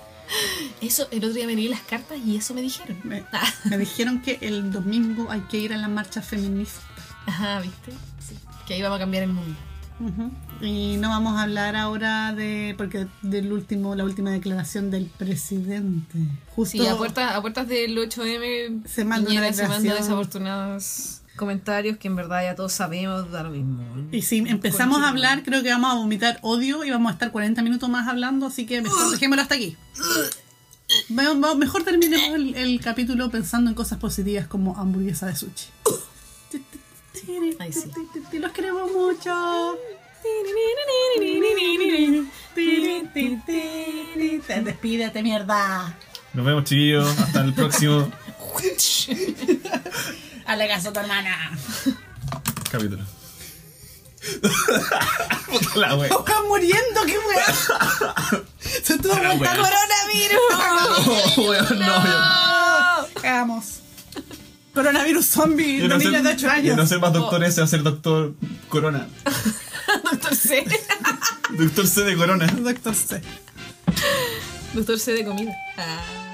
A: Eso, el otro día me leí las cartas y eso me dijeron.
D: Me,
A: Ah.
D: me dijeron que el domingo hay que ir a la marcha feminista.
A: Ajá, ¿viste? Sí. Que ahí vamos a cambiar el mundo.
D: Ujú. Y no vamos a hablar ahora de porque del último la última declaración del presidente. Justo
A: Sí, a puertas, a puertas del 8M
D: Se manda una
A: Piñera se manda
D: declaración.
A: desafortunados comentarios que en verdad ya todos sabemos, da lo mismo. ¿no?
D: Y si empezamos a hablar, creo que vamos a vomitar odio y vamos a estar 40 minutos más hablando, así que mejor dejémoslo hasta aquí. Ve- ve- Mejor terminemos el, el capítulo pensando en cosas positivas como hamburguesa de sushi.
A: Ay, sí.
D: Los queremos mucho. Despídete, mierda.
C: Nos vemos, chiquillos. Hasta el próximo
D: A la casa tu hermana.
C: capítulo. Puta la wea.
D: Estás muriendo, qué weá. Se tuvo
C: La
D: vuelta
C: weá.
D: coronavirus.
C: Oh, weón, no, yo-
D: Cagamos. Coronavirus zombie
C: yo
D: de
C: no
D: niños
C: sé-
D: de 8
C: Yo no
D: años. Oh.
C: sé más doctor ese, va a ser doctor Corona.
A: Doctor C.
C: Doctor C de Corona.
D: Doctor C.
A: Doctor C de comida. Ah.